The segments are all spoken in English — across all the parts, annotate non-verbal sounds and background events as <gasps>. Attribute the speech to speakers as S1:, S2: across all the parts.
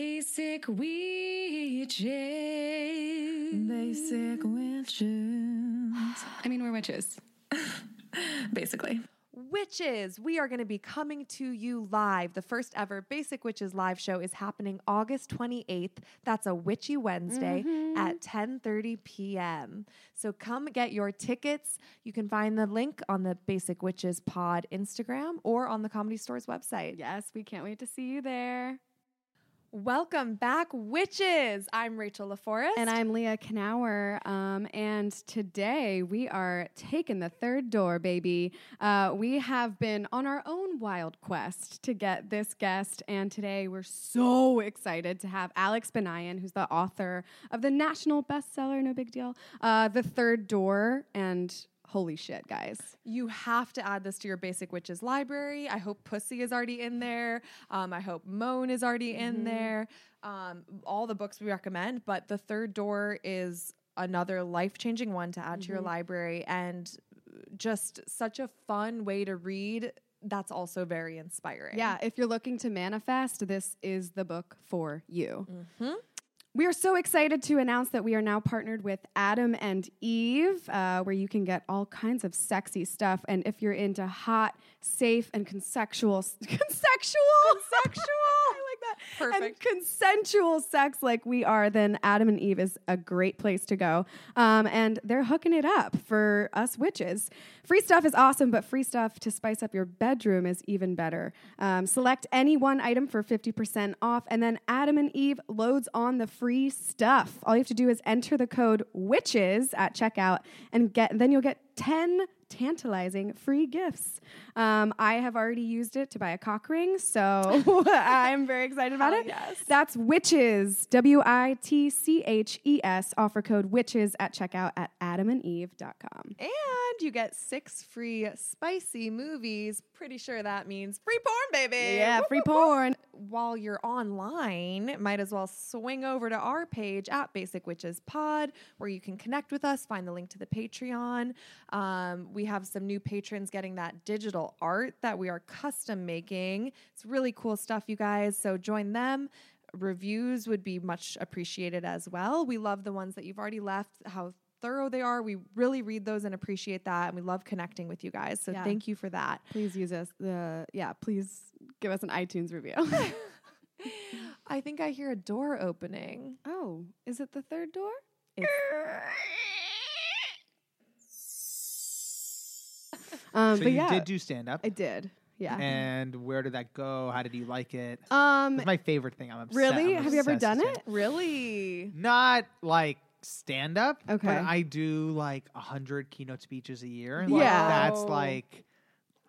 S1: Basic witches.
S2: Basic witches.
S1: I mean, we're witches.
S2: <laughs> Basically.
S3: Witches, we are going to be coming to you live. The first ever Basic Witches live show is happening August 28th. That's a Witchy Wednesday at 10:30 p.m. So come get your tickets. You can find the link on the Basic Witches Pod Instagram or on the Comedy Store's website.
S1: Yes, we can't wait to see you there.
S3: Welcome back, witches. I'm Rachel LaForest.
S1: And I'm Leah Knauer. Um, and today we are taking the third door, baby. Uh, we have been on our own wild quest to get this guest. And today we're so excited to have Alex Benayan, who's the author of the national bestseller, No Big Deal, uh, The Third Door. And holy shit, guys.
S3: You have to add this to your Basic Witches library. I hope Pussy is already in there. Um, I hope Moan is already
S1: Mm-hmm.
S3: in there. Um, all the books we recommend, but The Third Door is another life changing one to add to
S1: Mm-hmm.
S3: your library and just such a fun way to read. That's also very inspiring.
S1: Yeah, if you're looking to manifest, this is the book for you. We are so excited to announce that we are now partnered with Adam and Eve, uh, where you can get all kinds of sexy stuff. And if you're into hot, safe, and <laughs> consensual, consensual, consensual, <laughs> I like that, and
S3: Perfect.
S1: consensual sex like we are, then Adam and Eve is a great place to go. Um, and they're hooking it up for us witches. Free stuff is awesome, but free stuff to spice up your bedroom is even better. Um, select any one item for 50% off, and then Adam and Eve loads on the free stuff. All you have to do is enter the code WITCHES at checkout, and get then you'll get 10 tantalizing free gifts. Um, I have already used it to buy a cock ring, so <laughs> I'm very excited about it. Yes. That's Witches, W I T C H E S, offer code Witches at checkout at adamandeve.com.
S3: And you get six free spicy movies. Pretty sure that means free porn, baby.
S1: Yeah,
S3: Woo,
S1: free
S3: woo, woo.
S1: porn.
S3: while you're online, might as well swing over to our page at Basic Witches Pod, where you can connect with us, find the link to the Patreon. Um, we have some new patrons getting that digital art that we are custom making. It's really cool stuff, you guys. So join them. Reviews would be much appreciated as well. We love the ones that you've already left, how thorough they are. We really read those and appreciate that. And we love connecting with you guys. So
S1: Yeah.
S3: thank you for that. <gasps>
S1: Please use us. The yeah, please give us an iTunes review. <laughs>
S3: I think I hear a door opening.
S1: oh, is it the third door? <laughs> Um,
S4: So
S1: but
S4: you
S1: yeah,
S4: did do stand up.
S1: I did. Yeah.
S4: And where did that go? How did you like it?
S1: um,
S4: It's my favorite thing. I'm obsessed.
S1: really?
S4: I'm
S1: Have you ever done
S4: obsessed with stand-up.
S1: it?
S3: Really?
S4: Not like stand up.
S1: Okay.
S4: But I do like a hundred keynote speeches a year. and,
S1: Yeah.
S4: Like, that's like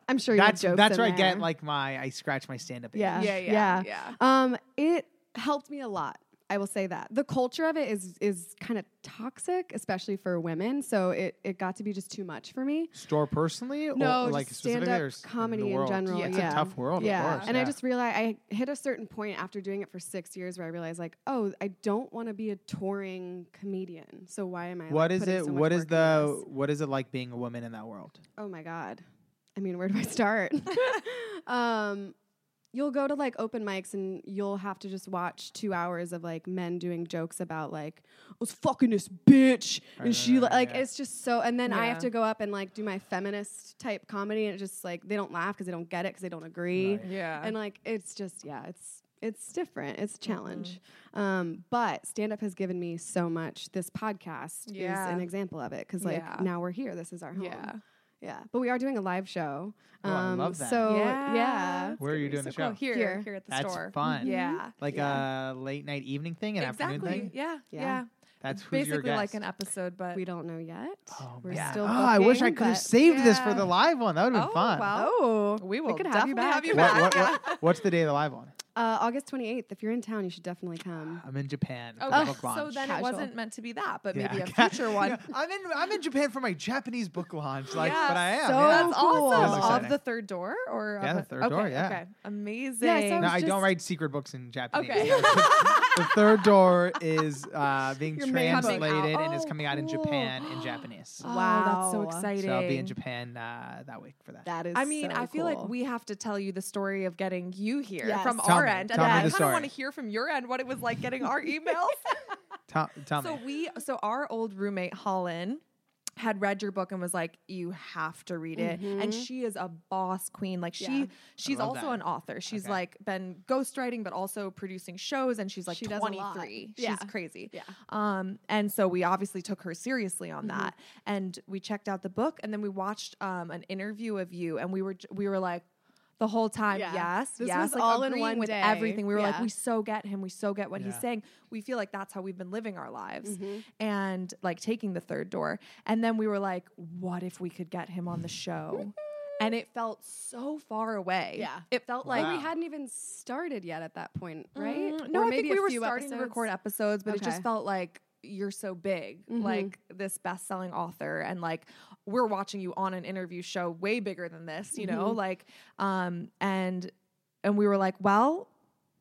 S1: I'm sure you have
S4: that's
S1: jokes
S4: that's
S1: in
S4: where I
S1: there.
S4: get like my I scratch my stand up.
S1: Yeah.
S3: Yeah, yeah,
S1: yeah.
S3: yeah.
S1: Um, it helped me a lot. I will say that the culture of it is is kind of toxic, especially for women. So it, it got to be just too much for me.
S4: Store personally,
S1: No,
S4: or
S1: just
S4: like specifically,
S1: stand-up
S4: or s-
S1: comedy
S4: in,
S1: in
S4: the world?
S1: general,
S4: It's
S1: yeah.
S4: a tough world.
S1: yeah,
S4: Of course,
S1: and I
S4: yeah.
S1: just realized I hit a certain point after doing it for six years where I realized like, oh, I don't want to be a touring comedian. So why am I? like,
S4: What is
S1: putting
S4: it?
S1: so much
S4: what is
S1: work into
S4: the
S1: this?
S4: what is it like being a woman in that world?
S1: Oh my god. I mean, where do I start? <laughs> um you'll go to like open mics and you'll have to just watch 2 hours of like men doing jokes about like I was fucking this bitch and
S4: right,
S1: she li-
S4: right,
S1: like
S4: Uh, yeah.
S1: it's just so and then I have
S3: Yeah.
S1: to go up and like do my feminist type comedy and it's just like they don't laugh cuz they don't get it cuz they don't agree.
S4: Right.
S3: Yeah. Mm-hmm.
S1: And like it's just yeah, it's it's different. It's a challenge. Um, but stand up has given me so much. This podcast
S3: Yeah.
S1: is an example of it cuz like
S3: Yeah.
S1: now we're here. This is our home.
S3: Yeah.
S1: Yeah, but we are doing a live show. Um,
S4: Oh, I love that.
S1: So yeah,
S3: Yeah.
S4: Where are you doing
S3: so
S4: the show?
S3: cool. Here,
S1: Here.
S3: here, at the
S4: That's
S3: store.
S4: fun.
S3: Yeah.
S4: Like a late night evening thing, an
S3: exactly.
S4: afternoon thing.
S3: Yeah.
S1: Yeah.
S3: Yeah.
S4: That's
S3: It's
S4: who's your
S3: basically like
S4: guest?
S3: an episode, but
S1: we don't know yet.
S4: Oh,
S1: We're
S4: man.
S1: still.
S4: Oh, I wish I
S1: booking,
S4: could have
S1: but-
S4: saved this for
S3: Yeah.
S4: the live one. That would have been
S3: Oh,
S4: fun.
S3: well,
S1: Oh,
S3: we will
S1: could have you
S3: definitely
S1: back.
S3: have you
S4: What-
S3: back.
S4: what- what- <laughs> what's the day of the live one?
S1: <laughs> uh, August twenty eighth. If you're in town, you should definitely come.
S4: I'm in Japan for
S3: Okay.
S4: the book launch.
S3: Oh, <laughs> so then
S1: Casual.
S3: it wasn't meant to be that, but
S4: <laughs> Yeah.
S3: maybe a
S4: <laughs>
S3: future one.
S4: Yeah, I'm in I'm in Japan for my Japanese book launch. Like,
S3: Yes,
S4: but I am.
S1: so
S4: yeah.
S3: That's
S1: cool.
S4: That's
S3: awesome.
S4: exciting.
S3: Of the third door or
S4: Yeah,
S3: of
S4: the
S3: a-
S4: third door,
S3: okay,
S4: yeah.
S3: Okay. Amazing.
S1: Yeah,
S4: No,
S1: was
S4: I
S1: just-
S4: don't write secret books in Japanese.
S3: Okay.
S4: <laughs> the third door is uh, being
S1: Your main book.
S4: translated and is
S1: Oh,
S4: coming out in
S1: cool.
S4: Japan
S3: <gasps>
S4: in Japanese.
S1: Oh,
S3: Wow, that's so
S1: Wow.
S3: exciting.
S4: So I'll be in Japan uh, that week for that.
S1: That is.
S3: I mean,
S1: so
S3: I feel
S1: cool.
S3: like we have to tell you the story of getting you here
S1: Yes.
S3: from
S4: Tell
S3: our our
S4: me-
S3: end,
S4: tell me
S3: and then I
S4: the
S3: kind of want
S4: story.
S3: to hear from your end what it was like getting
S4: <laughs>
S3: our emails.
S4: Tell, tell
S3: so
S4: me.
S3: we, so our old roommate Holland had read your book and was like, "You have to read it." And she is a boss queen. Like she,
S1: Mm-hmm. Yeah.
S3: she's
S4: love
S3: also
S4: that.
S3: an author. She's
S4: Okay.
S3: like been ghostwriting, but also producing shows, and she's like
S1: She does a
S3: twenty
S1: lot.
S3: three.
S1: Yeah.
S3: She's crazy.
S1: Yeah.
S3: Um, and so we obviously took her seriously
S1: Mm-hmm.
S3: on that, and we checked out the book, and then we watched um, an interview of you, and we were j- we were like. The whole time,
S1: Yeah.
S3: yes,
S1: This
S3: yes,
S1: was
S3: like
S1: all in
S3: agreeing
S1: one
S3: with
S1: day.
S3: everything. We were like,
S1: Yeah.
S3: we so get him, we so get what he's
S4: Yeah.
S3: saying. We feel like that's how we've been living our lives,
S1: Mm-hmm.
S3: and like taking the third door. And then we were like, what if we could get him on the show? and it felt so far away.
S1: Yeah.
S3: it felt
S1: Like Mm-hmm.
S3: like
S1: we
S4: Wow.
S1: hadn't even started yet at that point, right?
S3: Mm, no,
S1: Or
S3: I think we
S1: a
S3: were
S1: few
S3: starting to record episodes, but it
S1: Okay.
S3: just felt like you're so big,
S1: Mhm.
S3: like this best-selling author, and like we're watching you on an interview show way bigger than this, you
S1: Mm-hmm.
S3: know, like, um, and and we were like, well.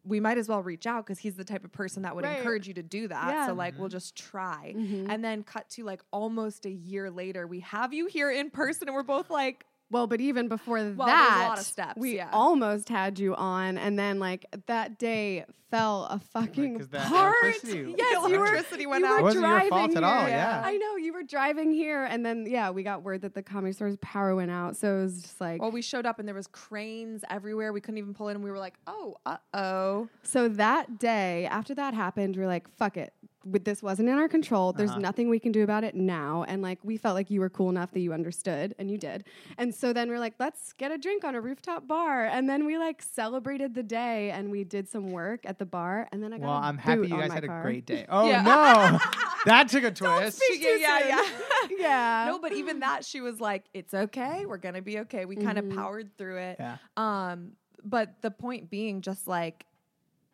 S3: We might as well reach out because he's the type of person that would
S1: Right.
S3: encourage you to do that.
S1: Yeah. Mm-hmm.
S3: So, like, we'll just try. And then, cut to like almost a year later, we have you here in person, and we're both like,
S1: Well, but even before
S3: Well, there's a
S1: that,
S3: lot of steps,
S1: we
S3: yeah.
S1: almost had you on, and then like that day fell a fucking
S4: 'cause that
S1: apart.
S4: electricity-
S1: Yes,
S4: the
S1: you were.
S3: electricity
S1: You
S3: went out.
S1: were
S4: It wasn't your
S1: driving
S4: fault at all,
S1: here.
S4: yeah.
S1: I know you were driving here, and then yeah, we got word that the comedy store's power went out, so it was just like
S3: Well, we showed up and there was cranes everywhere. We couldn't even pull in. And we were like, oh, uh oh.
S1: So that day, after that happened, we are like, fuck it. With this wasn't in our control.
S3: Uh-huh.
S1: There's nothing we can do about it now. And like we felt like you were cool enough that you understood and you did. And so then we are like, let's get a drink on a rooftop bar. And then we like celebrated the day and we did some work at the bar. And then I got
S4: Well,
S1: a
S4: I'm happy
S1: boot
S4: you
S1: on
S4: guys
S1: my
S4: had
S1: car.
S4: a great day. Oh
S3: Yeah.
S4: no, that took a twist.
S3: She- yeah, yeah, yeah.
S1: <laughs> Yeah.
S3: <laughs> no, but even that, she was like, it's okay. We're going to be okay. We kind of powered through it.
S4: Yeah.
S3: Um, but the point being, just like,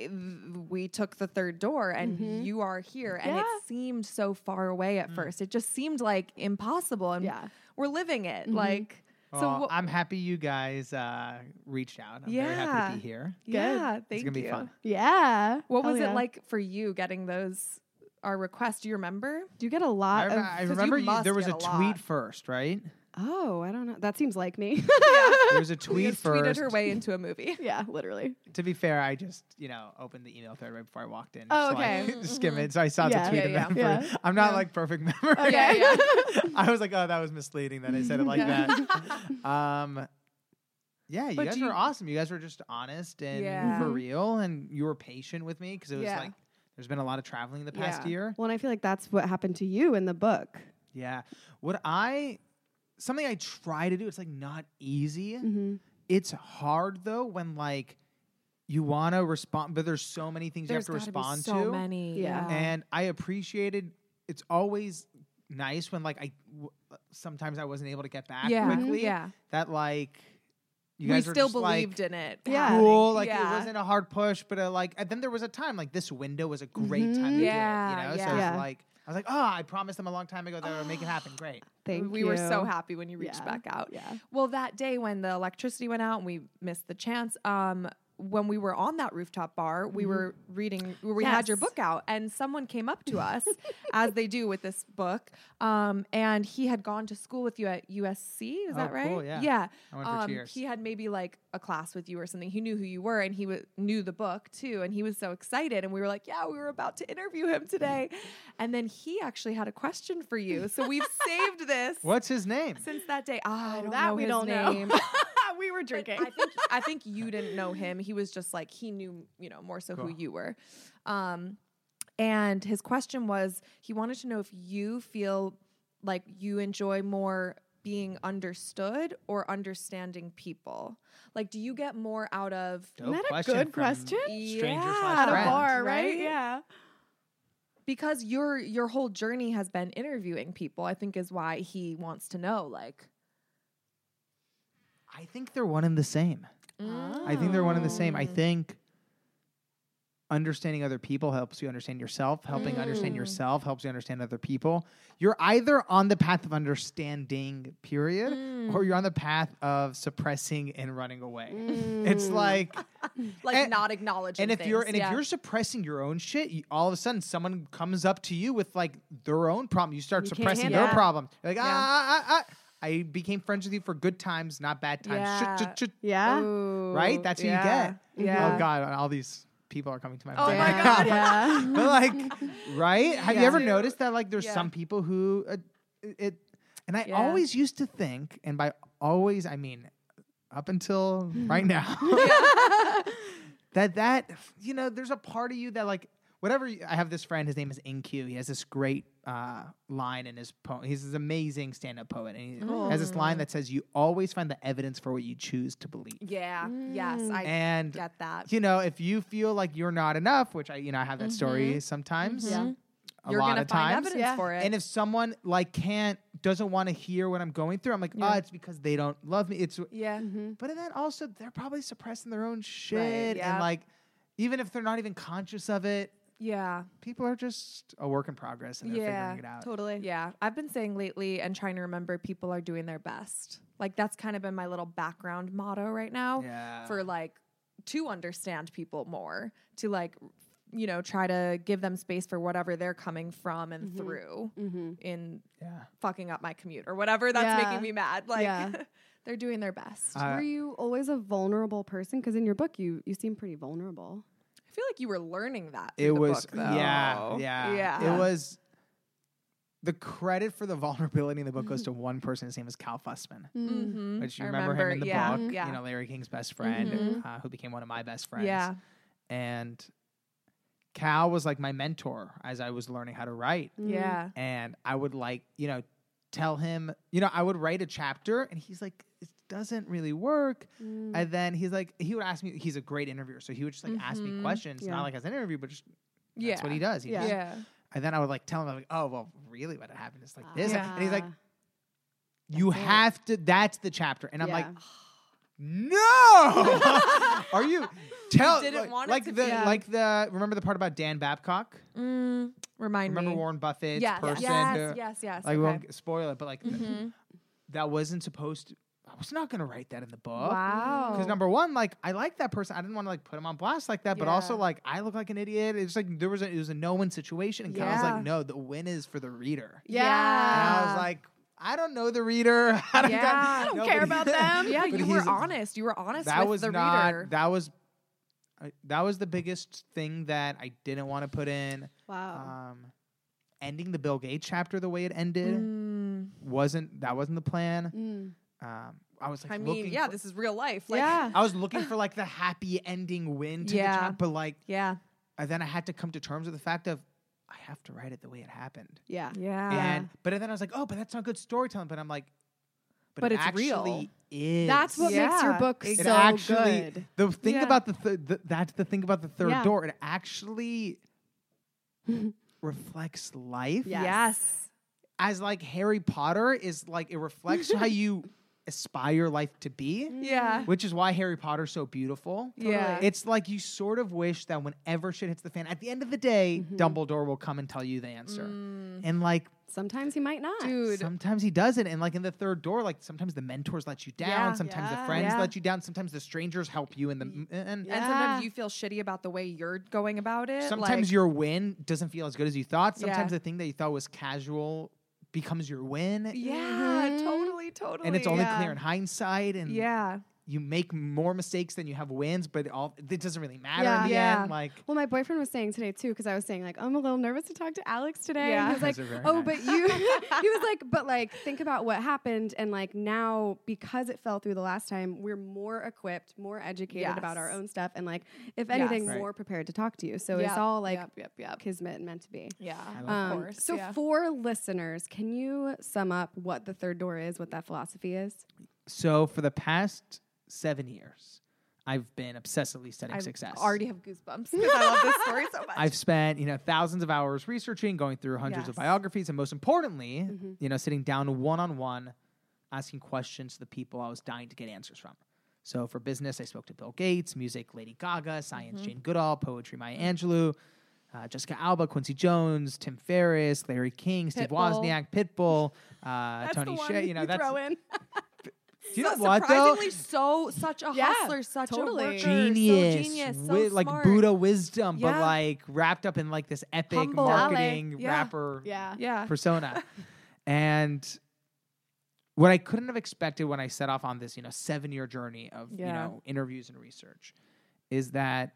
S3: i- we took the third door and you are here. And
S1: Yeah.
S3: it seemed so far away at first. It just seemed like impossible. And
S1: Yeah.
S3: we're living it. Like, so
S4: Well,
S3: what-
S4: I'm happy you guys uh, reached out. I'm very
S3: Yeah.
S4: happy to be here.
S3: yeah, thank
S4: it's gonna
S3: you.
S4: be fun.
S1: yeah.
S3: What
S1: Hell
S3: was
S1: yeah.
S3: it like for you getting those, our requests? Do you remember?
S1: Do Uh, you get a
S4: I,
S1: lot
S4: rem-
S1: of.
S4: I
S3: 'cause you
S4: remember you
S3: must
S4: there was a
S3: get a
S4: tweet
S3: lot.
S4: first, right?
S1: oh, I don't know. That seems like me. <laughs>
S4: There was a
S3: She
S4: tweet
S3: just tweeted
S4: first.
S3: her way into a movie.
S1: yeah, literally.
S4: To be fair, I just you know opened the email thread right before I walked in.
S1: Oh,
S4: so I <laughs>
S1: okay.
S4: could skim it. So I saw
S1: Yeah.
S4: the tweet.
S3: Yeah,
S4: and
S1: yeah.
S4: I remember- I'm not like perfect <laughs> memory.
S1: <laughs>
S3: Yeah, yeah.
S4: <laughs> I was like, oh, that was misleading that I said it
S3: <laughs>
S4: like
S1: Yeah.
S4: that. Um, yeah, you
S3: But
S4: guys
S3: do
S4: were
S3: you-
S4: awesome. You guys were just honest and
S3: Yeah.
S4: for real, and you were patient with me because it was
S3: Yeah.
S4: like there's been a lot of traveling the past
S3: Yeah.
S4: year.
S1: Well, and I feel like that's what happened to you in the book.
S4: Yeah, what I something I try to do. It's like not easy.
S1: Mm-hmm.
S4: It's hard though when like you want to respond, but there's so many things you have to respond
S3: so
S4: to.
S3: many.
S1: Yeah.
S4: and I appreciated. It's always nice when like I w- sometimes I wasn't able to get back
S3: yeah. Mm-hmm.
S4: quickly.
S3: Yeah.
S4: That like you
S3: we
S4: guys were
S3: still
S4: just,
S3: believed
S4: like,
S3: in it.
S1: Yeah.
S3: happening.
S4: Cool, like
S3: yeah.
S4: it wasn't a hard push, but uh, like and then there was a time like this window was a great time. To
S3: Mm-hmm. Yeah,
S4: do it, you know,
S3: yeah.
S4: so
S1: Yeah.
S4: it's like I was like, oh, I promised them a long time ago that I would make it happen. Great.
S3: Ah,
S1: Thank
S3: we were so
S1: you.
S3: happy when you reached
S1: Yeah.
S3: back out.
S1: <laughs> Yeah.
S3: Well, that day when the electricity went out and we missed the chance, um, when we were on that rooftop bar,
S4: Mm-hmm.
S3: we were reading, we had your
S1: Yes.
S3: book out, and someone came up
S4: <laughs>
S3: to us, as they do with this book, um, and he had gone to school with you at USC. Is
S4: Oh,
S3: that right?
S4: cool, yeah.
S3: Yeah.
S4: I went for
S3: um,
S4: Cheers.
S3: He had maybe like a class with you or something. He knew who you were, and he w- knew the book too, and he was so excited. And we were like, "Yeah, we were about to interview him
S4: <laughs>
S3: today," and then he actually had a question for you. So we've saved this
S4: What's his name?
S3: since that day.
S4: Oh,
S3: I don't
S1: that
S3: know
S1: we
S3: his
S1: don't know.
S4: <laughs>
S3: name.
S1: we were drinking.
S3: I think I think you didn't know him. He was just like he knew, you know, more so who
S4: Cool.
S3: you were. Um, and his question was he wanted to know if you feel like you enjoy more being understood or understanding people. Like, do you get more out of
S4: Dope
S1: that a
S4: question
S1: good
S4: from
S1: question?
S4: Stranger
S3: Yeah.
S4: slash
S1: at a
S4: friend.
S1: bar, right?
S3: right?
S1: Yeah.
S3: because your your whole journey has been interviewing people? I think is why he wants to know. Like,
S4: I think they're one and the same.
S3: Mm.
S4: I think they're one and the same.
S3: Oh.
S4: I think understanding other people helps you understand yourself. Helping understand
S3: Mm.
S4: yourself helps you understand other people. You're either on the path of understanding, period,
S3: Mm.
S4: or you're on the path of suppressing and running away.
S1: Mm.
S3: Mm.
S4: It's like,
S3: like
S4: and-
S3: not acknowledging.
S4: and if you're
S3: things,
S4: and
S3: yeah.
S4: if you're suppressing your own shit, you, all of a sudden someone comes up to you with like their own problem. You start
S1: You can't
S4: suppressing
S1: handle
S4: their
S1: it.
S4: problem. You're like,
S3: Yeah.
S4: ah, ah, ah, ah, I became friends with you for good times, not bad times. Sh-
S3: Yeah.
S4: sh- sh-
S1: Yeah.
S3: Oh,
S4: right? That's who you get.
S3: you Yeah.
S4: Oh God, all these people are coming to my
S3: Oh
S4: mind.
S3: my
S1: Yeah.
S3: God.
S1: Yeah.
S4: <laughs> But, like,
S3: <laughs>
S4: right? Have you
S3: Yeah.
S4: ever
S3: Dude.
S4: noticed that like there's
S3: Yeah.
S4: some people who uh, it, and I
S3: Yeah.
S4: always used to think, and by always I mean up until
S3: Hmm. <laughs>
S4: right now, <laughs> that that you know there's a part of you that like whatever you- I have this friend, his name is NQ. He has this great uh, line in his poem. He's this amazing stand-up poet, and he has this line that says, "You always find the evidence for what you choose to believe."
S3: Yeah. Yes. I
S4: And
S3: get that.
S4: you know, if you feel like you're not enough, which I, you know, I have that story sometimes,
S3: Mm-hmm.
S4: mm-hmm.
S3: Yeah.
S4: a
S3: You're
S4: lot
S3: gonna
S4: of
S3: find
S4: times.
S3: evidence for it.
S4: And if someone like can't doesn't want to hear what I'm going through, I'm like, oh, it's because they don't love me. It's
S3: yeah.
S1: Mm-hmm.
S4: but then also they're probably suppressing their own shit
S3: yeah.
S4: and like even if they're not even conscious of it,
S3: Yeah.
S4: people are just a work in progress and they're figuring it out.
S3: Totally. Yeah. I've been saying lately and trying to remember people are doing their best. Like that's kind of been my little background motto right now
S4: Yeah.
S3: for like to understand people more, to like you know, try to give them space for whatever they're coming from and through
S1: Mm-hmm.
S3: in
S4: Yeah.
S3: fucking up my commute or whatever that's
S1: Yeah.
S3: making me mad. Like
S1: Yeah.
S3: <laughs> they're doing their best.
S4: Uh,
S1: Were you always a vulnerable person? Because in your book, you you seem pretty vulnerable.
S3: I feel like you were learning that. through
S4: It
S3: the
S4: was
S3: book, though.
S1: Oh.
S4: yeah, yeah,
S3: Yeah.
S4: It was the credit for the <laughs> vulnerability in the
S3: <laughs>
S4: book goes to one person. His name is Cal Fussman,
S1: Mm-hmm.
S3: Mhm.
S4: which you
S3: I
S4: remember, him in the
S3: yeah,
S4: book.
S3: Yeah.
S4: You know, Larry King's best friend, uh, who became one of my best friends.
S3: yeah.
S4: and Cal was like my mentor as I was learning how to write.
S1: Mm-hmm. Mm.
S3: Yeah.
S4: And I would like, you know, tell him, you know, I would write a chapter and he's like, it doesn't really work.
S1: Mm.
S4: And then he's like, he would ask me, he's a great interviewer. So he would just like ask me
S3: Mhm.
S4: questions,
S1: Yeah.
S4: not like as an interview, but just that's
S3: Yeah.
S4: what he does. He
S1: Yeah.
S4: just-
S3: Yeah.
S4: And then I would like tell him, I'm like, oh, well, really what happened is like this.
S3: Yeah.
S4: And he's
S1: Ah.
S4: like, you have to, that's the chapter. And I'm like, no, are you tell
S3: didn't
S4: like,
S3: want it
S4: like
S3: to
S4: the
S3: be.
S4: like the remember the part about Dan Babcock?
S3: Mm, remind
S4: Remember
S3: me.
S4: Warren Buffett's
S3: yes.
S4: person?
S3: Yes,
S4: who-
S3: yes, yes.
S4: Like
S3: okay.
S4: we
S3: Mm-hmm.
S4: won't spoil it, but like th- that wasn't supposed. to I was not gonna write that in the book.
S3: Wow.
S4: Because number one, like I like that person. I didn't want to like put him on blast like that, but also
S3: Yeah.
S4: like I look like an idiot. It's like there was a, it was a no win situation, and I was
S3: Yeah.
S4: like, no, the win is for the reader.
S3: Yeah.
S4: And I was like, <laughs> I don't know the reader. <laughs> I don't, got-
S3: Yeah. I don't
S4: nobody-
S1: care
S4: <laughs>
S1: about them.
S3: yeah,
S4: But
S3: you were
S4: he's-
S3: honest. You were honest
S4: That
S3: with
S4: was
S3: the
S4: not.
S3: reader.
S4: That was. I- That was the biggest thing that I didn't want to put in.
S3: Oh.
S1: wow.
S4: Um, ending the Bill Gates chapter the way it ended
S3: Mm,
S4: wasn't that wasn't the plan.
S1: Mm.
S4: Um, I was like,
S3: I mean,
S4: looking
S3: yeah,
S4: for-
S3: this is real life. Like,
S1: yeah.
S3: <laughs>
S4: I was looking for like the happy ending win to
S3: Yeah.
S4: the chapter, but like,
S3: Yeah.
S4: and then I had to come to terms with the fact of I have to write it the way it happened.
S1: Yeah.
S3: Yeah.
S4: And but then I was like, oh, but that's not good storytelling. But I'm like, but,
S3: But
S4: it
S3: it's
S4: actually Is
S1: That's what makes your
S3: Yeah.
S1: book
S4: it
S1: so
S4: actually
S1: good.
S4: the thing
S3: Yeah.
S4: about the, th- the that's the thing about the third
S1: Yeah.
S4: door. It actually reflects life.
S1: Yes.
S3: Yes.
S4: as like Harry Potter is like it reflects how you aspire life to be,
S3: Yeah.
S4: which is why Harry Potter's so beautiful.
S3: Mm. Yeah.
S4: It's like you sort of wish that whenever shit hits the fan, at the end of the day, Dumbledore will come and tell you the answer. And like
S1: Sometimes he might not.
S3: Dude.
S4: sometimes he doesn't. And like in the third door, like sometimes the mentors let you down,
S3: Yeah.
S4: sometimes
S1: Yeah.
S4: the friends
S3: Yeah.
S4: let you down, sometimes the strangers help you in the and
S3: And
S1: Yeah.
S3: sometimes you feel shitty about the way you're going about it.
S4: sometimes
S3: like,
S4: your win doesn't feel as good as you thought. Sometimes
S3: Yeah.
S4: the thing that you thought was casual becomes your win.
S3: Yeah.
S1: Mhm.
S3: Totally. Totally.
S4: And it's only
S3: Mm-hmm. oh, yeah.
S4: clear in hindsight and
S3: Yeah.
S4: you make more mistakes than you have wins, but all it doesn't really matter
S1: Yeah.
S4: in the
S3: Yeah.
S4: end. Like
S1: Well, my boyfriend was saying today too, because I was saying like I'm a little nervous to talk to Alex today.
S3: Yeah.
S1: And he was
S4: Guys
S1: like,
S4: are very
S1: oh,
S4: nice.
S1: but you. <laughs> he was like, but like think about what happened, and like now because it fell through the last time, we're more equipped, more educated about our
S3: Yes.
S1: own stuff, and like if anything,
S3: Yes.
S4: Right.
S1: more prepared to talk to you. So
S3: Yep,
S1: it's all like
S3: Yep. Yep. Yep.
S1: kismet and meant to be.
S3: Yeah.
S1: Um,
S4: love
S3: of course.
S1: so
S3: yeah.
S1: for listeners, can you sum up what the third door is, what that philosophy is?
S4: so for the past seven years, I've been obsessively studying
S3: I
S4: success.
S3: already have goosebumps because I love this story so much.
S4: I've spent, you know, thousands of hours researching, going through hundreds of
S3: Yes. Mm-hmm.
S4: biographies, and most importantly, you know, sitting down one on one, asking questions to the people I was dying to get answers from. So for business, I spoke to Bill Gates, music, Lady Gaga, science,
S3: Mm-hmm.
S4: Jane Goodall, poetry, Maya Angelou, uh, Jessica Alba, Quincy Jones, Tim Ferriss, Larry King, Steve
S3: Pitbull.
S4: Wozniak, Pitbull, uh, Tony Shea. You know, that's
S1: throw in.
S4: you know
S3: So
S4: what though?
S3: surprisingly so such a
S1: Yeah,
S3: hustler, such
S1: totally.
S3: a worker,
S4: Genius,
S3: so genius, so
S4: wi- like
S3: smart.
S4: Buddha wisdom, but
S3: Yeah.
S4: like wrapped up in like this epic
S3: Humble.
S4: marketing
S3: Yeah.
S4: <laughs> rapper
S1: Yeah.
S3: Yeah,
S4: persona. and what I couldn't have expected when I set off on this, you know, seven year journey of, you
S1: Yeah.
S4: know, interviews and research is that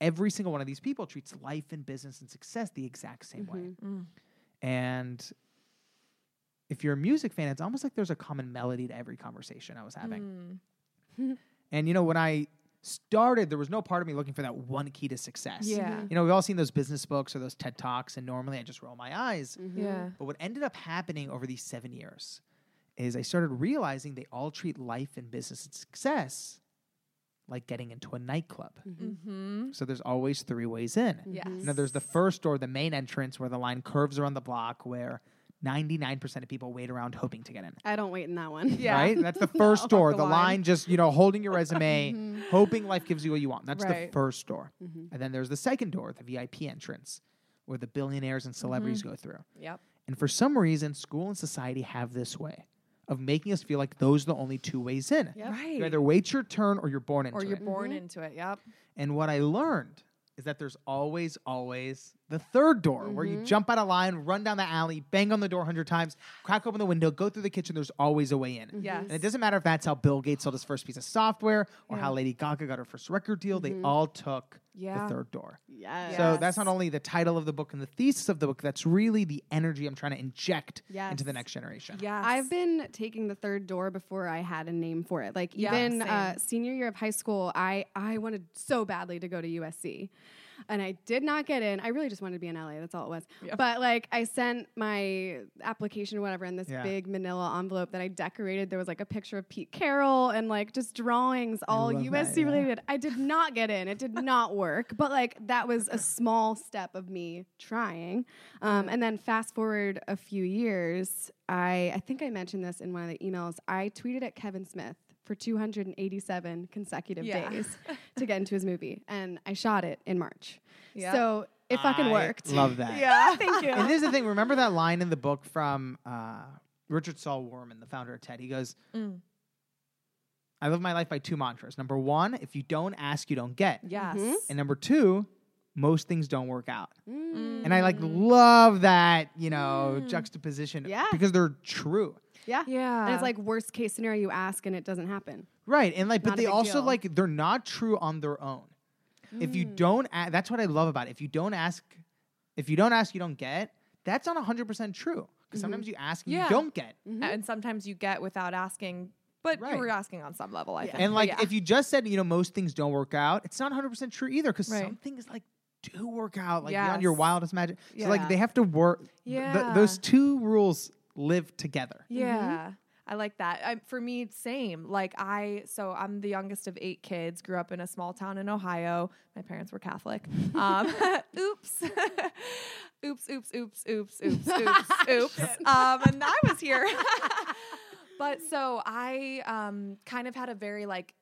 S4: every single one of these people treats life and business and success the exact same way.
S1: Mhm.
S3: Mm.
S4: And if you're a music fan, it's almost like there's a common melody to every conversation I was having.
S3: Mm.
S4: And you know, when I started, there was no part of me looking for that one key to success.
S3: Yeah.
S4: You know, we've all seen those business books or those TED Talks, and normally I just roll my eyes.
S1: Mhm.
S3: Yeah.
S4: But what ended up happening over these seven years is I started realizing they all treat life and business and success like getting into a nightclub.
S3: Mm-hmm.
S4: So there's always three ways in.
S3: Yes.
S1: Mhm.
S4: You know, there's the first door, the main entrance where the line curves around the block where 99% of people wait around hoping to get in.
S1: I don't wait in that one.
S3: Yeah.
S4: Right?
S3: <laughs>
S4: That's the first
S3: Fuck
S4: door.
S3: the
S4: The line.
S3: line.
S4: just, you know, holding
S3: <laughs>
S4: your resume,
S1: Mhm.
S4: hoping life gives you what you want. That's the
S3: Mm-hmm. Right.
S4: first door.
S3: Mm-hmm.
S1: Mhm.
S4: And then there's the second door, the VIP entrance, where the billionaires and celebrities
S3: Mm-hmm.
S4: go through.
S3: Yep.
S4: And for some reason, school and society have this way of making us feel like those are the only two ways in.
S1: Yep.
S3: Right.
S4: You either wait your turn or you're born into
S3: or you're
S4: it.
S3: born
S1: Mhm.
S3: into it. Yep.
S4: And what I learned is that there's always, always the third door where you
S3: Mm-hmm.
S1: Mhm.
S4: jump out of line, run down the alley, bang on the door 100 times, crack open the window, go through the kitchen. There's always a way in.
S3: Yes.
S4: And it doesn't matter if that's how Bill Gates sold his first piece of software or how
S3: Yeah. Mm-hmm.
S4: Lady Gaga got her first record deal.
S1: Mhm.
S4: They all took
S3: Yeah.
S4: the third door.
S1: Yes.
S4: So that's not
S3: Yes.
S4: only the title of the book and the thesis of the book, that's really the energy I'm trying to inject into the
S1: Yes.
S4: next generation.
S3: Yes.
S1: I've been taking the third door before I had a name for it. Like
S3: Yeah,
S1: even
S3: same.
S1: uh, senior year of high school, I I wanted so badly to go to USC, and I did not get in. I really just wanted to be in LA. That's all it was.
S3: Yeah.
S1: But like I sent my application, or whatever, in this
S4: Yeah.
S1: big Manila envelope that I decorated. There was like a picture of Pete Carroll and like just drawings, all
S4: love that,
S1: USC
S4: yeah.
S1: related. I did not get in. It did not work. But like that was a small step of me trying. Um, and then fast forward a few years, I, I think I mentioned this in one of the emails. I tweeted at Kevin Smith for 287 consecutive
S3: Yeah.
S1: days to get into his movie, and I shot it in March.
S3: Yeah.
S1: So it fucking
S4: I
S1: worked.
S4: Love
S3: <laughs>
S4: that.
S1: <laughs>
S3: Yeah.
S1: Thank you.
S4: And this is the thing. Remember that line in the book from uh, Richard Saul Worman, the founder of TED? He goes,
S3: Mm.
S4: I live my life by two mantras. Number one, if you don't ask, you don't get.
S3: Yes.
S4: And number two, most things don't work out.
S1: Mm.
S4: And I like love that, you know, juxtaposition.
S1: Yeah.
S4: Because they're true.
S1: Yeah.
S3: Yeah.
S1: And it's like worst case scenario, you ask and it doesn't happen.
S4: Right. And like, but
S1: Not a
S4: they
S1: big
S4: also
S1: deal.
S4: like, they're not true on their own. If you
S3: Mm.
S4: don't, a- that's what I love about it. If you don't ask, if you don't ask, you don't get. That's not 100% true. Because sometimes you ask and
S3: Mm-hmm. Yeah.
S4: you don't get.
S1: Mm-hmm.
S3: and sometimes you get without asking, but
S4: Right.
S3: you were asking on some level, I think.
S4: And
S3: But
S4: like,
S3: yeah.
S4: if you just said, you know, most things don't work out, it's not 100% true either because
S3: Right.
S4: some things like do work out, like beyond your
S3: Yes.
S4: wildest magic. So,
S1: Yeah.
S4: like, they have to work.
S3: Yeah.
S4: those two rules live together.
S3: Yeah. I like that. I, for me, same. Like I, so I'm the youngest of eight kids. Grew up in a small town in Ohio. My parents were Catholic.
S4: <laughs>
S3: Um, <laughs> oops, oops, oops, oops,
S4: <laughs>
S3: oops, oops, oops, oops. Um, and I was here. <laughs> but so I um, kind of had a very like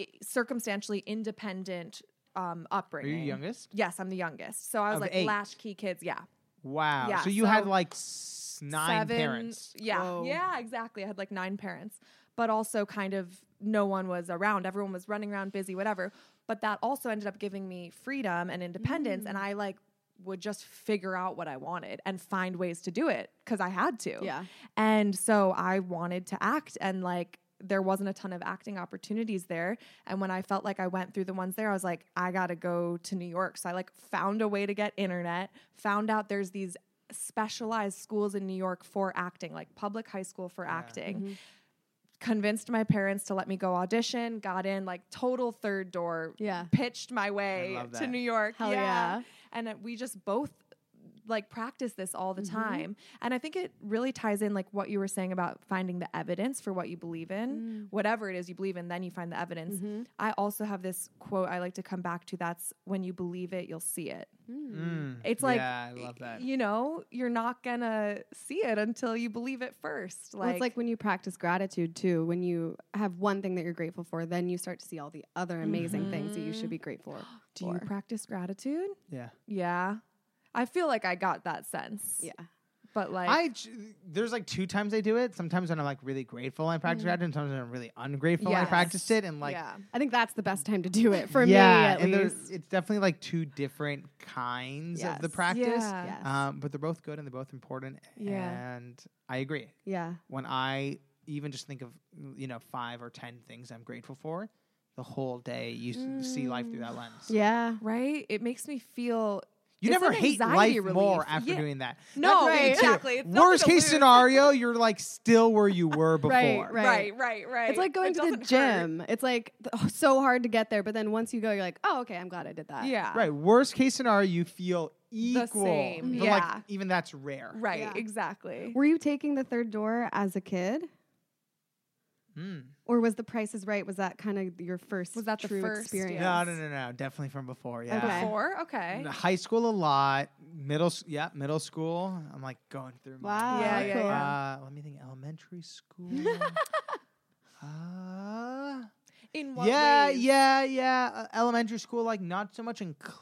S3: i- circumstantially independent um,
S4: Are
S3: upbringing.
S4: you youngest?
S3: Yes, I'm the youngest. So I was
S4: Of
S3: like
S4: eight.
S3: latchkey kids. Yeah.
S4: Wow.
S3: Yeah,
S4: so you had
S3: so
S4: like s- nine
S3: seven-
S4: parents.
S3: Yeah,
S1: Whoa.
S3: yeah, exactly. I had like nine parents, but also kind of no one was around. Everyone was running around, busy, whatever. But that also ended up giving me freedom and independence,
S1: Mm.
S3: and I like would just figure out what I wanted and find ways to do it because I had to.
S1: Yeah.
S3: And so I wanted to act and like there wasn't a ton of acting opportunities there and when I felt like I went through the ones there I was like I got to go to New York. So I like found a way to get internet, found out there's these specialized schools in New York for acting, like public high school for acting.
S1: Mm-hmm.
S3: Convinced my parents to let me go audition, got in like total third door,
S1: Yeah.
S3: pitched my way
S4: love
S3: to
S4: that.
S3: New York.
S1: Hell yeah.
S3: And uh, we just both like practice this all the time. And I think it really ties in like what you were saying about finding the evidence for what you believe in. Whatever it is you believe in, then you find the evidence. I also have this quote I like to come back to that's when you believe it, you'll see it.
S4: Mm.
S3: It's like
S4: yeah, I love that.
S3: You know, you're not gonna see it until you believe it first. Like,
S1: Well, it's like when you practice gratitude too. When you have one thing that you're grateful for, then you start to see all the other amazing things that you should be grateful
S3: Mm-hmm. <gasps> do you
S1: for.
S3: practice gratitude?
S4: yeah.
S3: Yeah. I feel like I got that sense.
S1: yeah.
S3: But like,
S4: I j- there's like two times I do it. Sometimes when I'm like really grateful I practice gratitude, and sometimes when I'm really ungrateful I
S3: Yes.
S4: practiced it, and like
S3: yeah,
S1: I think that's the best time to do it for me, at
S4: and there's-
S1: least.
S4: it's definitely like two different kinds of the
S1: Yes.
S4: practice.
S3: Yeah.
S1: Yes.
S4: Um, but they're both good and they're both important.
S1: Yeah.
S4: And I agree.
S1: yeah.
S4: When I even just think of mm, you know five or ten things I'm grateful for, the whole day you s see life through that lens.
S1: Yeah.
S3: right. It makes me feel.
S4: You
S3: It's
S4: never
S3: an
S4: hate life
S3: anxiety
S4: more
S3: relief.
S4: after
S3: Yeah.
S4: doing that.
S3: No,
S1: right.
S4: Too.
S3: exactly. It's nothing
S4: Worst
S3: to
S4: case
S3: lose.
S4: scenario, you're like still where you were before.
S1: Right, right.
S3: Right, right, right.
S1: It's like going
S3: It
S1: to the
S3: doesn't hurt.
S1: gym. It's like th- oh, so hard to get there, but then once you go, you're like, oh, okay, I'm glad I did that.
S3: Yeah.
S4: Right, Worst case scenario, you feel equal.
S3: same,
S4: But
S3: yeah.
S4: like even that's rare.
S3: Right.
S1: Yeah.
S3: Exactly.
S1: Were you taking the third door as a kid?
S4: Mm.
S1: Or was the Price is Right? Was that kind of your first
S3: Was that the
S1: true
S3: first?
S1: experience?
S4: No, no, no, no. Definitely from before. Yeah.
S1: Okay.
S3: Before? Okay.
S4: N- High school a lot. Middle, s- yeah, middle school. I'm like going through. my
S1: Wow.
S3: Yeah,
S4: life.
S3: yeah,
S4: Uh, let me think. Elementary school.
S3: <laughs>
S4: uh,
S3: In what
S4: yeah,
S3: ways?
S4: yeah, yeah. Uh, elementary school, like not so much in. Cl-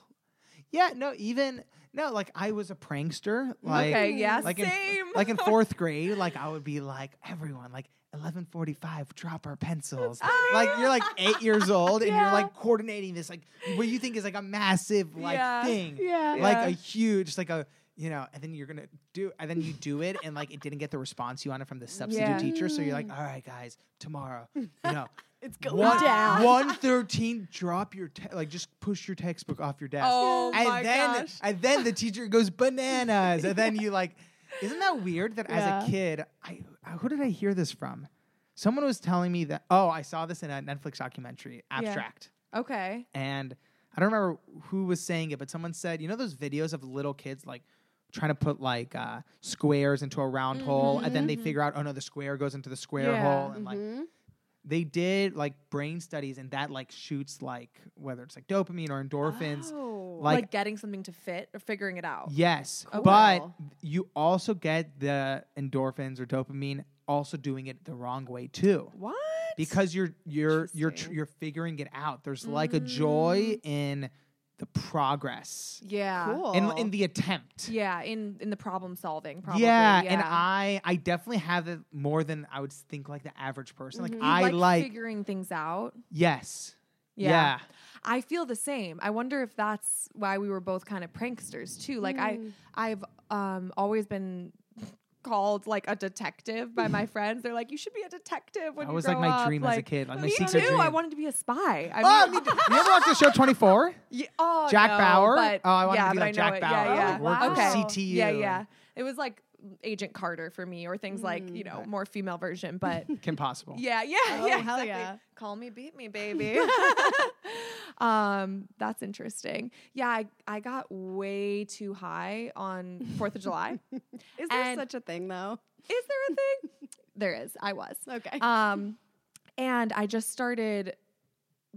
S4: yeah, no, even no. Like I was a prankster. Like,
S3: okay. Yeah.
S4: like in,
S3: same.
S4: like
S3: <laughs>
S4: in fourth grade, like I would be like everyone, like eleven forty five, drop our pencils.
S3: Ah,
S4: like you're like eight years old and you're
S3: Yeah.
S4: like coordinating this, like what you think is like a massive like
S3: Yeah.
S4: thing,
S1: Yeah.
S4: like
S3: Yeah.
S4: a huge, like a you know, and then you're gonna do, and then you do it, and like it didn't get the response you wanted from the substitute
S3: Yeah.
S4: teacher, so you're like, all right, guys, tomorrow, you
S3: <laughs>
S4: know.
S1: It's
S4: One, one thirteen. Drop your te- like, just push your textbook off <laughs> your desk
S3: Oh
S4: and
S3: my
S4: then
S3: gosh.
S4: and then the teacher goes bananas and then you like isn't that weird that as
S1: Yeah.
S4: a kid I, I who did i hear this from someone was telling me that oh i saw this in a netflix documentary abstract
S3: Okay.
S4: and i don't remember who was saying it but someone said you know those videos of little kids like trying to put like uh, squares into a round hole and then they figure out oh no the square goes into the square
S3: Mm-hmm, Yeah. mm-hmm.
S4: hole and like
S1: Mm-hmm.
S4: they did like brain studies and that like shoots like whether it's like dopamine or endorphins
S3: Like,
S4: like
S3: getting something to fit or figuring it out.
S4: Yes,
S1: Cool.
S4: but you also get the endorphins or dopamine also doing it the wrong way too.
S3: What?
S4: Because you're you're you're tr-
S3: Interesting.
S4: you're figuring it out. There's like a joy in the progress
S3: yeah.
S1: Cool.
S4: and in, the attempt.
S3: Yeah. In in the problem solving. Probably.
S4: yeah, and I I definitely have it more than I would think like the average person. Like
S1: Mhm. You
S4: I Mm-hmm. like,
S3: figuring things out.
S4: yes.
S3: Yeah.
S4: yeah.
S3: I feel the same. I wonder if that's why we were both kind of pranksters too. Like
S4: Hmm.
S3: I I've um always been called like a detective by
S4: <laughs>
S3: my friends. They're like, you should be a detective when
S4: That
S3: you
S4: was
S3: grow
S4: like my
S3: up."
S4: dream as a
S3: Like,
S4: kid. Like my
S3: Me
S4: secret
S3: too.
S4: dream.
S3: I wanted to be a spy. I
S4: Oh, I mean, you ever watch the <laughs> show Twenty Four?
S3: Yeah. Oh,
S4: Jack
S3: no,
S4: Bauer?
S3: But,
S4: Oh, I wanted to
S3: yeah,
S4: be
S3: but
S4: like
S3: I know
S4: Jack
S3: it.
S4: Bauer,
S3: Yeah, yeah.
S1: like, work for Wow.
S4: CTU.
S3: Yeah, yeah. It was like Agent Carter for me, or things like
S4: Hmm,
S3: you know more female version. But
S4: Kim Possible.
S3: yeah, yeah,
S1: Oh,
S3: yeah.
S1: hell
S3: exactly.
S1: yeah.
S3: Call me, beat me,
S1: <laughs>
S3: baby. <laughs> um, that's interesting. Yeah, I, I got way too high on Fourth
S1: <laughs>
S3: of July. Is
S1: Is there
S3: and-
S1: such a thing though?
S3: there a thing? there is. I was.
S1: Okay.
S3: Um, and I just started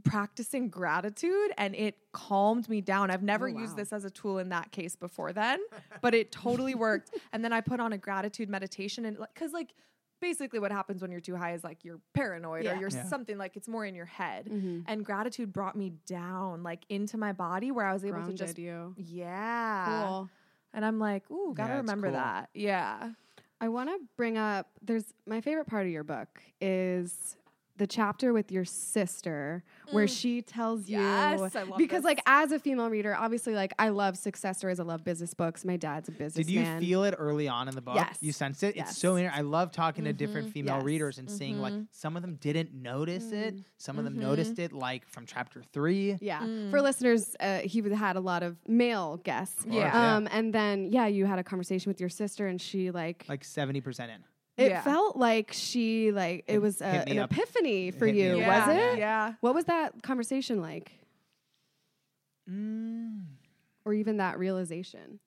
S3: practicing gratitude and it calmed me down. I've never
S1: Oh, wow.
S3: used this as a tool in that case before then, but
S1: <laughs>
S3: it totally worked. And then I put on a gratitude meditation and like, cause like basically what happens when you're too high is like you're paranoid
S1: Yeah.
S3: or you're
S4: Yeah.
S3: something like it's more in your head.
S1: Mhm.
S3: And gratitude brought me down like into my body where I was able
S1: Grounded
S3: to just
S1: you.
S3: yeah.
S1: Cool.
S3: And I'm like, ooh, gotta
S4: Yeah, it's
S3: remember
S4: cool.
S3: that. Yeah.
S1: I want to bring up there's my favorite part of your book is the chapter with your sister where she tells you
S3: Mm. Yes, I love
S1: because
S3: this.
S1: like as a female reader obviously like I love success stories I love business books my dad's a businessman
S4: Did you feel it early on in the book?
S1: Yes.
S4: You sensed it?
S1: Yes. Mm-hmm.
S4: It's so inter- I love talking to different female
S1: Yes. Mm-hmm. Mm.
S4: readers and seeing like some of them didn't notice it. Some of them noticed it like from chapter three.
S1: Yeah.
S3: Mm.
S1: For listeners, uh, he would- had a lot of male guests.
S3: course,
S4: Yeah.
S1: Um, and then, yeah, you had a conversation with your sister, and she like,
S4: Like 70% in.
S1: it
S3: Yeah.
S1: felt like she like it
S4: Hit-
S1: was a,
S4: hit me
S1: an
S4: up.
S1: epiphany for
S4: Hit me
S1: you,
S4: up.
S3: yeah.
S1: was it?
S3: Yeah.
S1: What was that conversation like, Mm. or even that realization?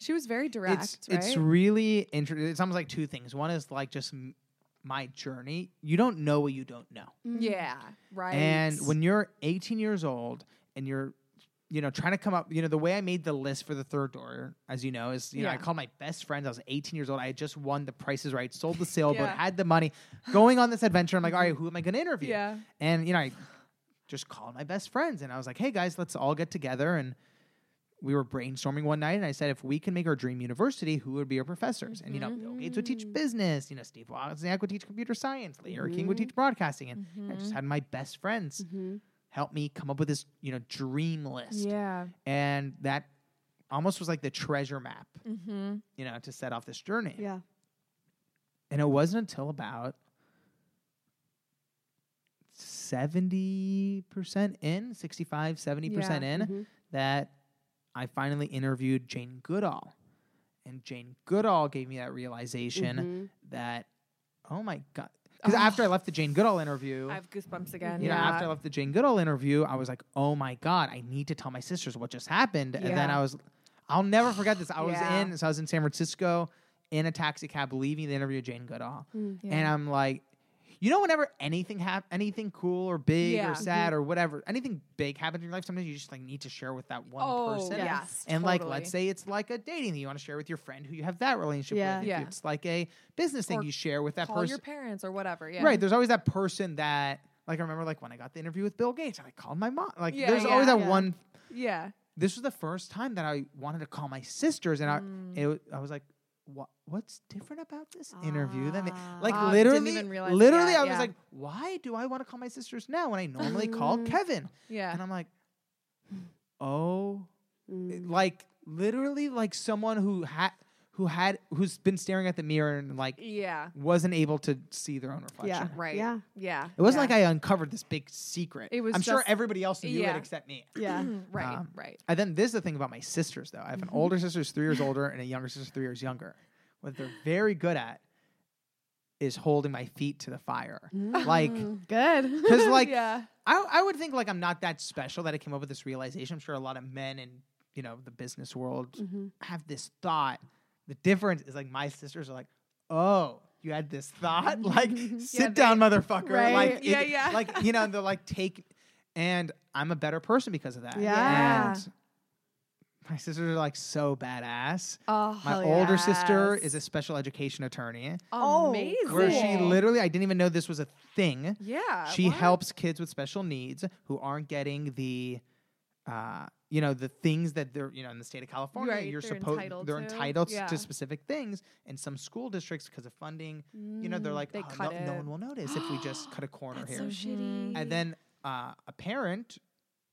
S3: She was very direct,
S4: It's,
S3: right?
S4: it's really interesting. It's almost like two things. One is like just m- my journey. You don't know what you don't know.
S3: Mm. Yeah, right.
S4: And when you're 18 years old and you're, you know, trying to come up, you know, the way I made the list for the third door, as you know, is, you know, I
S3: Yeah.
S4: called my best friends. I was 18 years old. I had just won the prices right, sold the sailboat,
S3: Yeah.
S4: had the money, going on this adventure. I'm like, all right, who am I going to interview?
S3: Yeah.
S4: And, you know, I just called my best friends and I was like, hey guys, let's all get together and we were brainstorming one night, and I said, if we can make our dream university, who would be our professors? And you know, Bill Gates would
S3: Mm.
S4: teach business. You know, Steve Wozniak would teach computer science. Larry King
S3: Mm-hmm.
S4: would teach broadcasting. And
S1: Mm-hmm.
S4: I just had my best friends help me come up with this, you know, dream list.
S3: Yeah.
S4: And that almost was like the treasure map,
S3: Mm-hmm.
S4: you know, to set off this journey.
S3: Yeah.
S4: And it wasn't until about 70% in, 65, 70% in,
S3: Mm-hmm.
S1: Mhm.
S4: that I finally interviewed Jane Goodall. And Jane Goodall gave me that realization
S3: Mm-hmm.
S1: Mhm.
S4: that, oh my God. Because after I left the Jane Goodall interview,
S3: I have goosebumps again.
S4: you know,
S3: yeah.
S4: after I left the Jane Goodall interview, I was like, oh my God, I need to tell my sisters what just happened. And then
S3: Yeah.
S4: I was, I'll never forget this. I was
S3: Yeah.
S4: in, so I was in San Francisco in a taxi cab leaving the interview of Jane Goodall.
S1: Mm-hmm.
S3: Mm.
S4: And I'm like, you know, whenever anything hap- anything cool or big
S3: Yeah.
S4: or sad or whatever, anything big happens in your life, sometimes you just like need to share with that one
S3: oh,
S4: person.
S3: yes.
S4: And like,
S3: totally.
S4: let's say it's like a dating that you want to share with your friend who you have that relationship
S1: Yeah.
S4: with. If
S3: Yeah.
S4: It's like a business thing
S3: Or
S4: you share with that
S3: call
S4: person.
S3: your parents or whatever. Yeah.
S4: Right. There's always that person that, like, I remember, like, when I got the interview with Bill Gates, I like, called my mom. Like,
S3: Yeah,
S4: there's always
S3: yeah,
S4: that
S1: yeah.
S4: one.
S3: Yeah.
S4: This was the first time that I wanted to call my sisters, and I,
S3: Mm.
S4: it, I was like, what, what's different about this
S1: Mm.
S4: interview? That ma- like,
S3: Ah, didn't
S4: literally,
S3: even realize it
S4: literally,
S3: yet,
S4: I was
S3: yeah.
S4: like, why do I want to call my sisters now when I normally called Kevin?
S3: Mm. Yeah.
S4: And I'm like, oh,
S1: Mm.
S4: like literally, like someone who had, who had, who's been staring at the mirror and like
S3: Yeah.
S4: wasn't able to see their own reflection.
S1: Yeah.
S3: Right.
S1: Yeah.
S3: Yeah.
S4: It wasn't
S3: yeah.
S4: like I uncovered this big secret.
S3: It was
S4: I'm sure
S3: just-
S4: everybody else knew
S3: yeah.
S4: it except me.
S1: Yeah.
S3: <clears throat>
S4: <clears throat>
S3: right.
S4: Um,
S3: right.
S4: <laughs> And then this is the thing about my sisters, though. I have an
S3: Mm-hmm.
S4: older sister who's three years older and a younger sister three years younger. What they're very good at is holding my feet to the fire. Like,
S1: Mm, <laughs> good.
S4: <laughs> because like
S3: yeah.
S4: I, I would think like I'm not that special that I came up with this realization. I'm sure a lot of men in you know the business world
S3: Mm-hmm.
S4: have this thought. The difference is like my sisters are like, oh, you had this thought, <laughs> like
S3: <laughs>
S4: sit down, motherfucker,
S1: Right.
S4: like it-
S3: Yeah, yeah.
S4: like you know they're like take, and I'm a better person because of that.
S1: Yeah.
S4: And my sisters are like so badass.
S3: Oh,
S4: My
S3: hell
S4: older sister
S3: yes.
S4: is a special education attorney,
S1: Oh,
S3: amazing.
S4: where she
S1: Cool.
S4: literally I didn't even know this was a thing.
S3: Yeah.
S4: She
S3: Uh, what?
S4: helps kids with special needs who aren't getting the, uh, you know, the things that they're, you know, in the state of California,
S3: Right,
S4: you're
S3: they're
S4: supposed
S3: entitled
S4: they're
S3: to.
S4: entitled s-
S3: Yeah.
S4: to specific things, and some school districts because of funding, you know, they're like,
S3: Mm, they
S4: "Oh,
S3: cut
S4: no, no
S3: it."
S4: one will notice if we just cut a corner
S1: That's
S4: here.
S1: so shitty.
S4: and then uh, a parent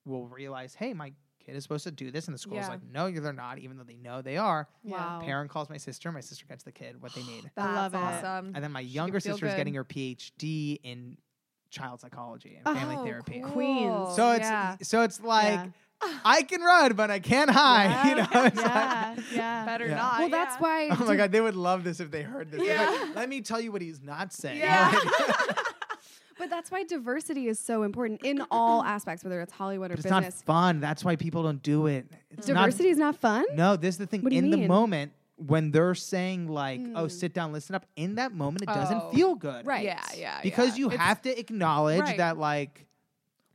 S4: will realize, hey, my kid is supposed to do this, and the school's
S3: Yeah. Oh.
S4: like, no, they're not, even though they know they are. <laughs>
S1: Wow.
S4: Parent calls my sister, my sister gets the kid what they need.
S1: I love
S3: That's
S1: it. Mm-hmm.
S3: awesome.
S4: And then my younger
S3: feel
S4: sister is
S3: good.
S4: getting her PhD in child psychology and family
S3: Oh,
S4: therapy.
S1: Queens.
S4: So it's
S3: yeah.
S4: so it's like I can run, but I can't hide. You know, <laughs> it's
S1: yeah.
S4: like,
S1: yeah.
S3: <laughs> better
S4: Yeah.
S3: not.
S1: Well, that's
S3: yeah.
S1: why.
S4: <laughs> oh my god, they would love this if they heard this. They're like,
S3: Yeah.
S4: Let me tell you what he's not saying. <laughs>
S3: Yeah.
S4: Like,
S1: But that's why diversity is so important in
S4: <clears throat>
S1: all aspects, whether it's Hollywood or
S4: but it's not
S1: business.
S4: fun. That's why people don't do it. It's not-
S1: Diversity is not fun.
S4: no, this is the thing.
S1: What do you
S4: in the
S1: mean? Hmm.
S4: moment when they're saying like, "Oh, sit down, listen up," in that moment it doesn't
S3: Oh.
S4: feel good.
S1: Right.
S3: Yeah, yeah.
S4: Because
S3: yeah.
S4: you
S3: It's-
S4: have to acknowledge
S3: Right.
S4: that like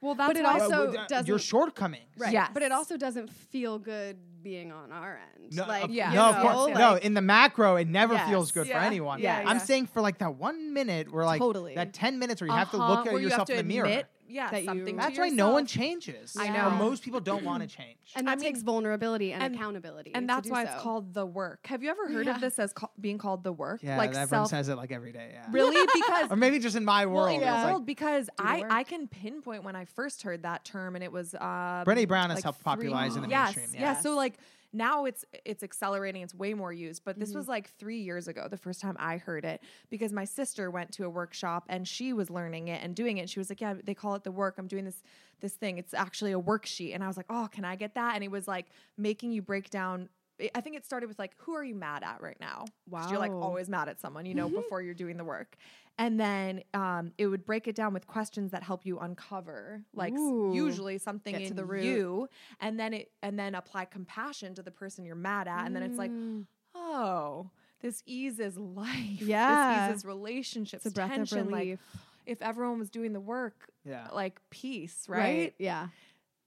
S3: Well, that's
S1: it
S3: why-
S1: also-
S4: uh, uh, your
S1: doesn't-
S4: shortcomings.
S1: Right.
S3: Yes.
S1: But it also doesn't feel good being on our end.
S4: No,
S1: like,
S4: of,
S3: yeah.
S1: you
S4: no, of
S1: know,
S4: course,
S1: like-
S4: no. In the macro, it never
S1: Yes.
S4: feels good for
S3: Yeah.
S4: anyone.
S1: Yeah,
S4: I'm
S3: yeah.
S4: saying for like that one minute, or like
S1: Totally.
S4: that ten minutes where you have to
S3: Uh-huh,
S4: look at
S3: where you have
S4: yourself
S3: to
S4: in the mirror.
S3: admit, yeah,
S1: That you-
S3: something to
S4: That's why no one
S3: yourself.
S4: changes.
S3: I
S4: Or
S1: know.
S4: most people don't
S3: <clears throat>
S4: want to change.
S1: And that
S3: I mean-
S1: takes vulnerability and,
S3: and-
S1: accountability. to
S3: And that's
S1: do
S3: why
S1: so.
S3: it's called the work. Have you ever heard
S1: Yeah.
S3: of this as ca- being called the work?
S4: yeah,
S3: like
S4: everyone
S3: self
S4: says it like every day. Yeah.
S3: really because
S4: <laughs> Or maybe just in my world.
S3: well, in
S4: it's
S3: your
S4: like,
S3: world because
S1: the
S3: I
S1: work.
S3: I can pinpoint when I first heard that term and it was uh
S4: Brene Brown has
S3: like
S4: helped
S3: three-
S4: popularize in the
S3: yes,
S4: mainstream.
S3: Yeah. So like now it's it's accelerating. It's way more used. But this was like three years ago, the first time I heard it, because my sister went to a workshop and she was learning it and doing it. She was like, "Yeah, they call it the work. I'm doing this this thing. It's actually a worksheet." And I was like, "Oh, can I get that?" And it was like making you break down. I- I think it started with like, "Who are you mad at right now?" 'Cause You're like
S1: Wow. Mm-hmm.
S3: always mad at someone, you know, before you're doing the work. And then um, it would break it down with questions that help you uncover, like s-
S1: Ooh.
S3: usually something
S1: Get to
S3: in
S1: the root.
S3: you, and then it and then apply compassion to the person you're mad at, and then it's like,
S1: Mm.
S3: oh, this eases life.
S1: Yeah.
S3: this eases relationships.
S1: it's a breath
S3: tension.
S1: of relief.
S3: Like if everyone was doing the work,
S4: Yeah.
S3: like peace, right?
S1: right? Mm. Yeah.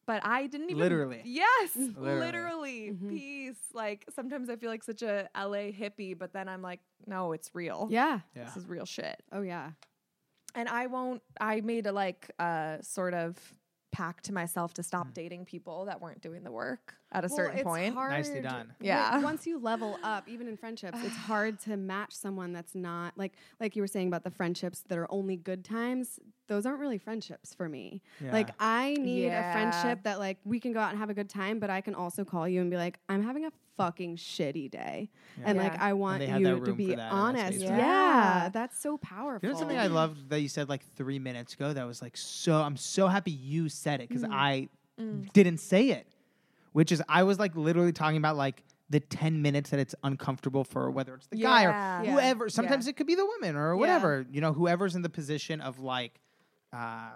S3: But I didn't even
S4: Literally.
S3: Yes,
S4: Literally.
S3: literally,
S1: Mm-hmm.
S3: peace. Like sometimes I feel like such a LA hippie, but then I'm like, no, it's real.
S1: Yeah.
S4: Yeah.
S3: This is real shit
S1: Oh, yeah.
S3: and I won't. I made
S4: Mm.
S3: a like uh, sort of pact to myself to stop dating people that weren't doing the work. at a
S1: Well,
S3: certain
S1: it's
S3: point.
S1: hard-
S4: Nicely done.
S3: Yeah. <laughs>
S1: like, once you level up, even in friendships, it's hard to match someone that's not like like you were saying about the friendships that are only good times. Those aren't really friendships for me. Like
S4: Yeah.
S1: I need
S3: Yeah.
S1: a friendship that like we can go out and have a good time, but I can also call you and be like, I'm having a fucking shitty day, and
S3: Yeah.
S1: like I want
S4: they have that
S1: you to
S4: room for
S1: be
S4: that in that
S1: honest.
S4: space.
S1: Yeah.
S3: Yeah.
S1: that's so powerful.
S4: You know something I loved that you said like three minutes ago that was like so I'm so happy you said it because
S3: Mm.
S4: I didn't say it. Which is I was like literally talking about like the 10 minutes that it's uncomfortable for whether it's the guy
S3: Yeah.
S4: or
S3: Yeah.
S4: whoever. Sometimes it could be the woman or
S3: Yeah.
S4: whatever. You know, whoever's in the position of like uh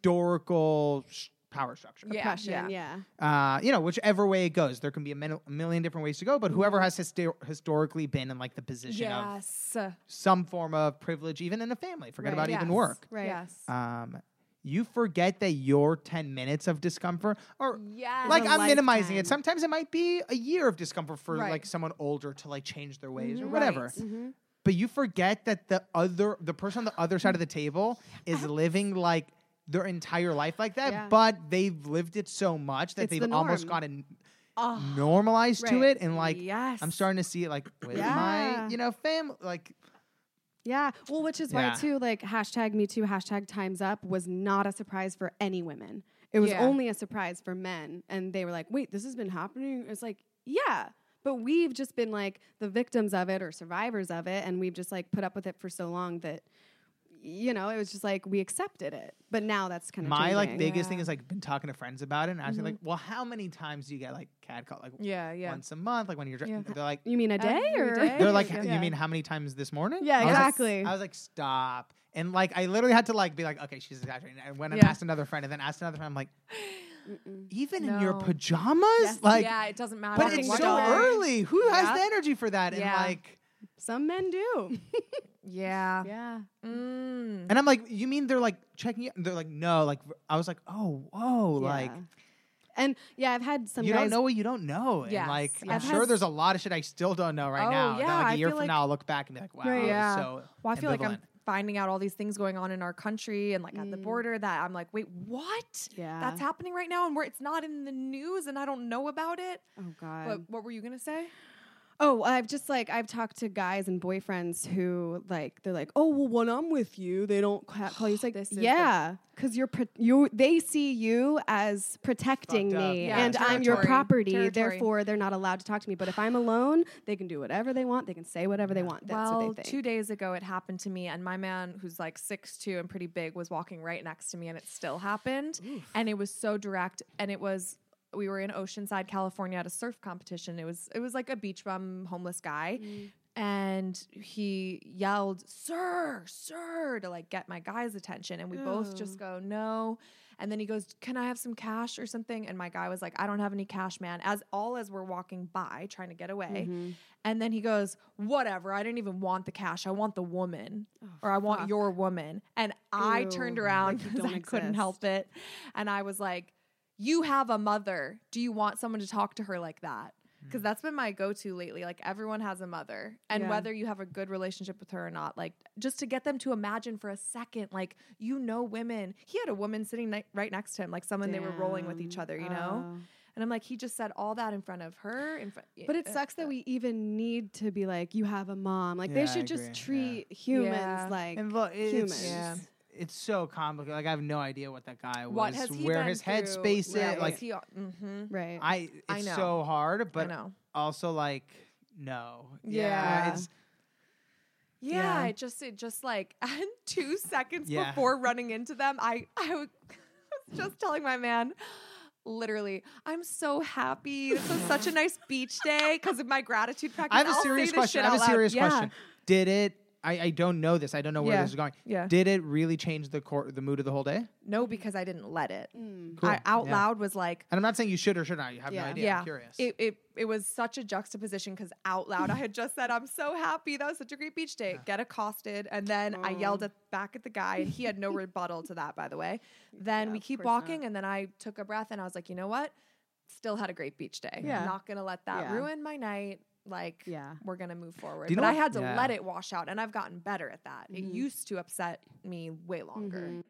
S4: historical sh- power structure.
S3: Yeah.
S1: Oppression, yeah.
S4: Uh, you know, whichever way it goes, there can be a, min- a million different ways to go, but whoever has histo- historically been in like the position of
S3: Yes.
S4: some form of privilege, even in a family. Forget
S1: Right.
S4: about even
S3: Yes.
S4: work.
S1: Right.
S3: Yes.
S4: Um, you forget that your 10 minutes of discomfort or
S3: yes.
S4: like
S1: a
S4: I'm minimizing it.
S1: lifetime.
S4: Sometimes it might be a year of discomfort for
S3: Right.
S4: like someone older to like change their ways or
S3: Right.
S4: whatever.
S1: Mhm.
S4: But you forget that the other the person on the other side of the table is living like their entire life like that,
S1: Yeah.
S4: but they've lived it so much that
S1: It's
S4: they've
S1: the
S4: almost
S1: norm.
S4: gotten
S3: Oh,
S4: normalized to
S1: Right.
S4: it and like
S3: yes.
S4: I'm starting to see it like with my,
S1: Yeah.
S4: you know, family like
S1: Yeah. Well, which is
S4: Yeah.
S1: why too, like hashtag me too, hashtag times up was not a surprise for any women. It was
S3: Yeah.
S1: only a surprise for men. And they were like, wait, this has been happening. It's like, yeah. But we've just been like the victims of it or survivors of it. And we've just like put up with it for so long that, you know, it was just like we accepted it. But now that's kind of
S4: my like
S1: changing.
S4: biggest thing
S3: Yeah.
S4: is like been talking to friends about it and asking like, well, how many times do you get like cat call? Like
S3: Mm-hmm. Yeah. Yeah.
S4: once a month, like when you're dri-
S3: Yeah.
S4: they're like
S1: You mean a day
S3: Every
S1: or?
S3: day?
S4: they're <laughs> like
S3: Yeah.
S4: you mean how many times this morning?
S1: Yeah,
S4: I was like-
S1: exactly.
S4: I was like, stop. And like I literally had to like be like, okay, she's exaggerating. And when
S3: Yeah.
S4: I asked another friend and then asked another friend, I'm like,
S1: Mm-mm.
S4: even in your
S3: No.
S4: pajamas?
S1: Yes.
S4: Like
S3: yeah, it doesn't matter.
S4: but it's
S1: Walking
S4: so
S1: the dog.
S4: early. Who
S3: Yeah.
S4: has the energy for that? And
S3: Yeah.
S4: like
S1: Some men
S4: <laughs>
S1: do.
S3: Yeah.
S1: yeah.
S3: Mm.
S4: and I'm like, you mean they're like checking you? They're like, no, like I was like, oh, whoa, like
S1: Yeah. And yeah, I've had some
S4: you
S1: guys
S4: don't know what you don't know. And
S3: Yes,
S4: like, I'm
S3: yes.
S4: sure there's a lot of shit I still don't know right
S3: Oh,
S4: now. that,
S3: yeah,
S4: like
S3: I
S4: a year
S3: feel
S4: from
S3: like-
S4: now, I'll look back and be like, wow,
S3: Right,
S4: it was
S3: yeah.
S4: Uh, so.
S3: Well, I feel like I'm
S4: ambivalent.
S3: finding out all these things going on in our country and like at the
S1: Mm.
S3: border that I'm like, wait, what?
S1: Yeah.
S3: That's happening right now, and where it's not in the news, and I don't know about it.
S1: oh God.
S3: But what were you gonna say?
S1: Oh, I've just like I've talked to guys and boyfriends who like they're like, oh well, when I'm with you, they don't ca- call
S3: <sighs>
S1: you. It's like,
S3: This is the-
S1: yeah, because you're pro- you they see you as protecting
S4: Fucked up.
S1: me,
S4: Yeah,
S1: and I'm your
S3: territory.
S1: property.
S3: Territory.
S1: Therefore, they're not allowed to talk to me. But if I'm alone, they can do whatever they want. They can say whatever they want. That's
S3: well,
S1: what they think.
S3: two days ago it happened to me, and my man, who's like six two and pretty big, was walking right next to me, and it still happened. And it was so direct, and it was we were in Oceanside, California, at a surf competition. It was it was like a beach bum homeless guy, and he yelled, "Sir, sir!" to like get my guy's attention, and we both just go, "No." And then he goes, "Can I have some cash or something?" And my guy was like, "I don't have any cash, man." As all as we're walking by, trying to get away,
S1: Mm-hmm.
S3: and then he goes, "Whatever. I didn't even want the cash. I want the woman,
S1: Oh,
S3: or I want your woman." And I
S1: Ew,
S3: turned around
S1: like you
S3: because I
S1: don't
S3: couldn't
S1: exist.
S3: help it, and I was like, "You have a mother. Do you want someone to talk to her like that?"
S1: Hmm.
S3: Because that's been my go-to lately. Like everyone has a mother, and
S1: Yeah.
S3: whether you have a good relationship with her or not, like just to get them to imagine for a second, like you know, women. He had a woman sitting ni- right next to him, like someone they were rolling with each
S1: Damn.
S3: other, you know.
S1: Oh.
S3: And I'm like, he just said all that in front of her. In front,
S1: But it
S3: uh,
S1: sucks that we even need to be like, you have a mom. Like
S4: Yeah,
S1: they
S4: I
S1: should just
S4: agree. Yeah.
S1: treat humans
S3: Yeah.
S1: like
S4: And look, it's,
S1: humans.
S3: Yeah.
S4: it's so complicated. Like I have no idea what that guy was,
S3: what has he
S4: where
S3: been
S4: his
S3: through?
S4: headspace is.
S1: Yeah,
S4: Like
S1: what's
S3: mm-hmm.
S1: right.
S4: I, it's
S3: I know.
S4: so hard,
S3: I
S4: but
S3: know.
S4: also like no.
S3: Yeah.
S4: it's
S3: Yeah,
S1: Yeah.
S3: it just it just like <laughs> and two seconds
S4: Yeah.
S3: before running into them, I I <laughs> was just telling my man. Literally, I'm so happy. This was such a
S4: <laughs>
S3: nice beach day because of my gratitude practice.
S4: I have a
S3: I'll say
S4: serious
S3: this
S4: question.
S3: shit
S4: I have
S3: out
S4: a
S3: loud.
S4: serious
S3: Yeah.
S4: question. Did it I, I don't know this. I don't know where
S3: Yeah.
S4: this is going.
S3: Yeah.
S4: Did it really change the cor- the mood of the whole day?
S3: No, because I didn't let it.
S1: Mm.
S4: Cool.
S3: I out
S4: Yeah.
S3: loud was like,
S4: And I'm not saying you should or should not. You have no
S1: Yeah.
S4: idea.
S3: Yeah.
S4: I'm curious.
S3: It, it it was such a juxtaposition because out loud I had just said I'm so happy that was such a great beach day. Get accosted, and then I
S1: Oh.
S3: yelled at, back at the guy, and he had
S1: <laughs>
S3: no rebuttal to that. By the way, then we
S1: of
S3: keep
S1: course not.
S3: walking, and then I took a breath and I was like, you know what? Still had a great beach day.
S1: Yeah.
S3: I'm not gonna let that
S1: Yeah.
S3: ruin my night. Like,
S1: Yeah.
S3: we're gonna move forward.
S4: Do you
S3: but
S4: know
S3: I
S4: what-
S3: had to
S4: Yeah.
S3: let it wash out, and I've gotten better at that. It
S1: Mhm.
S3: used to upset me way longer.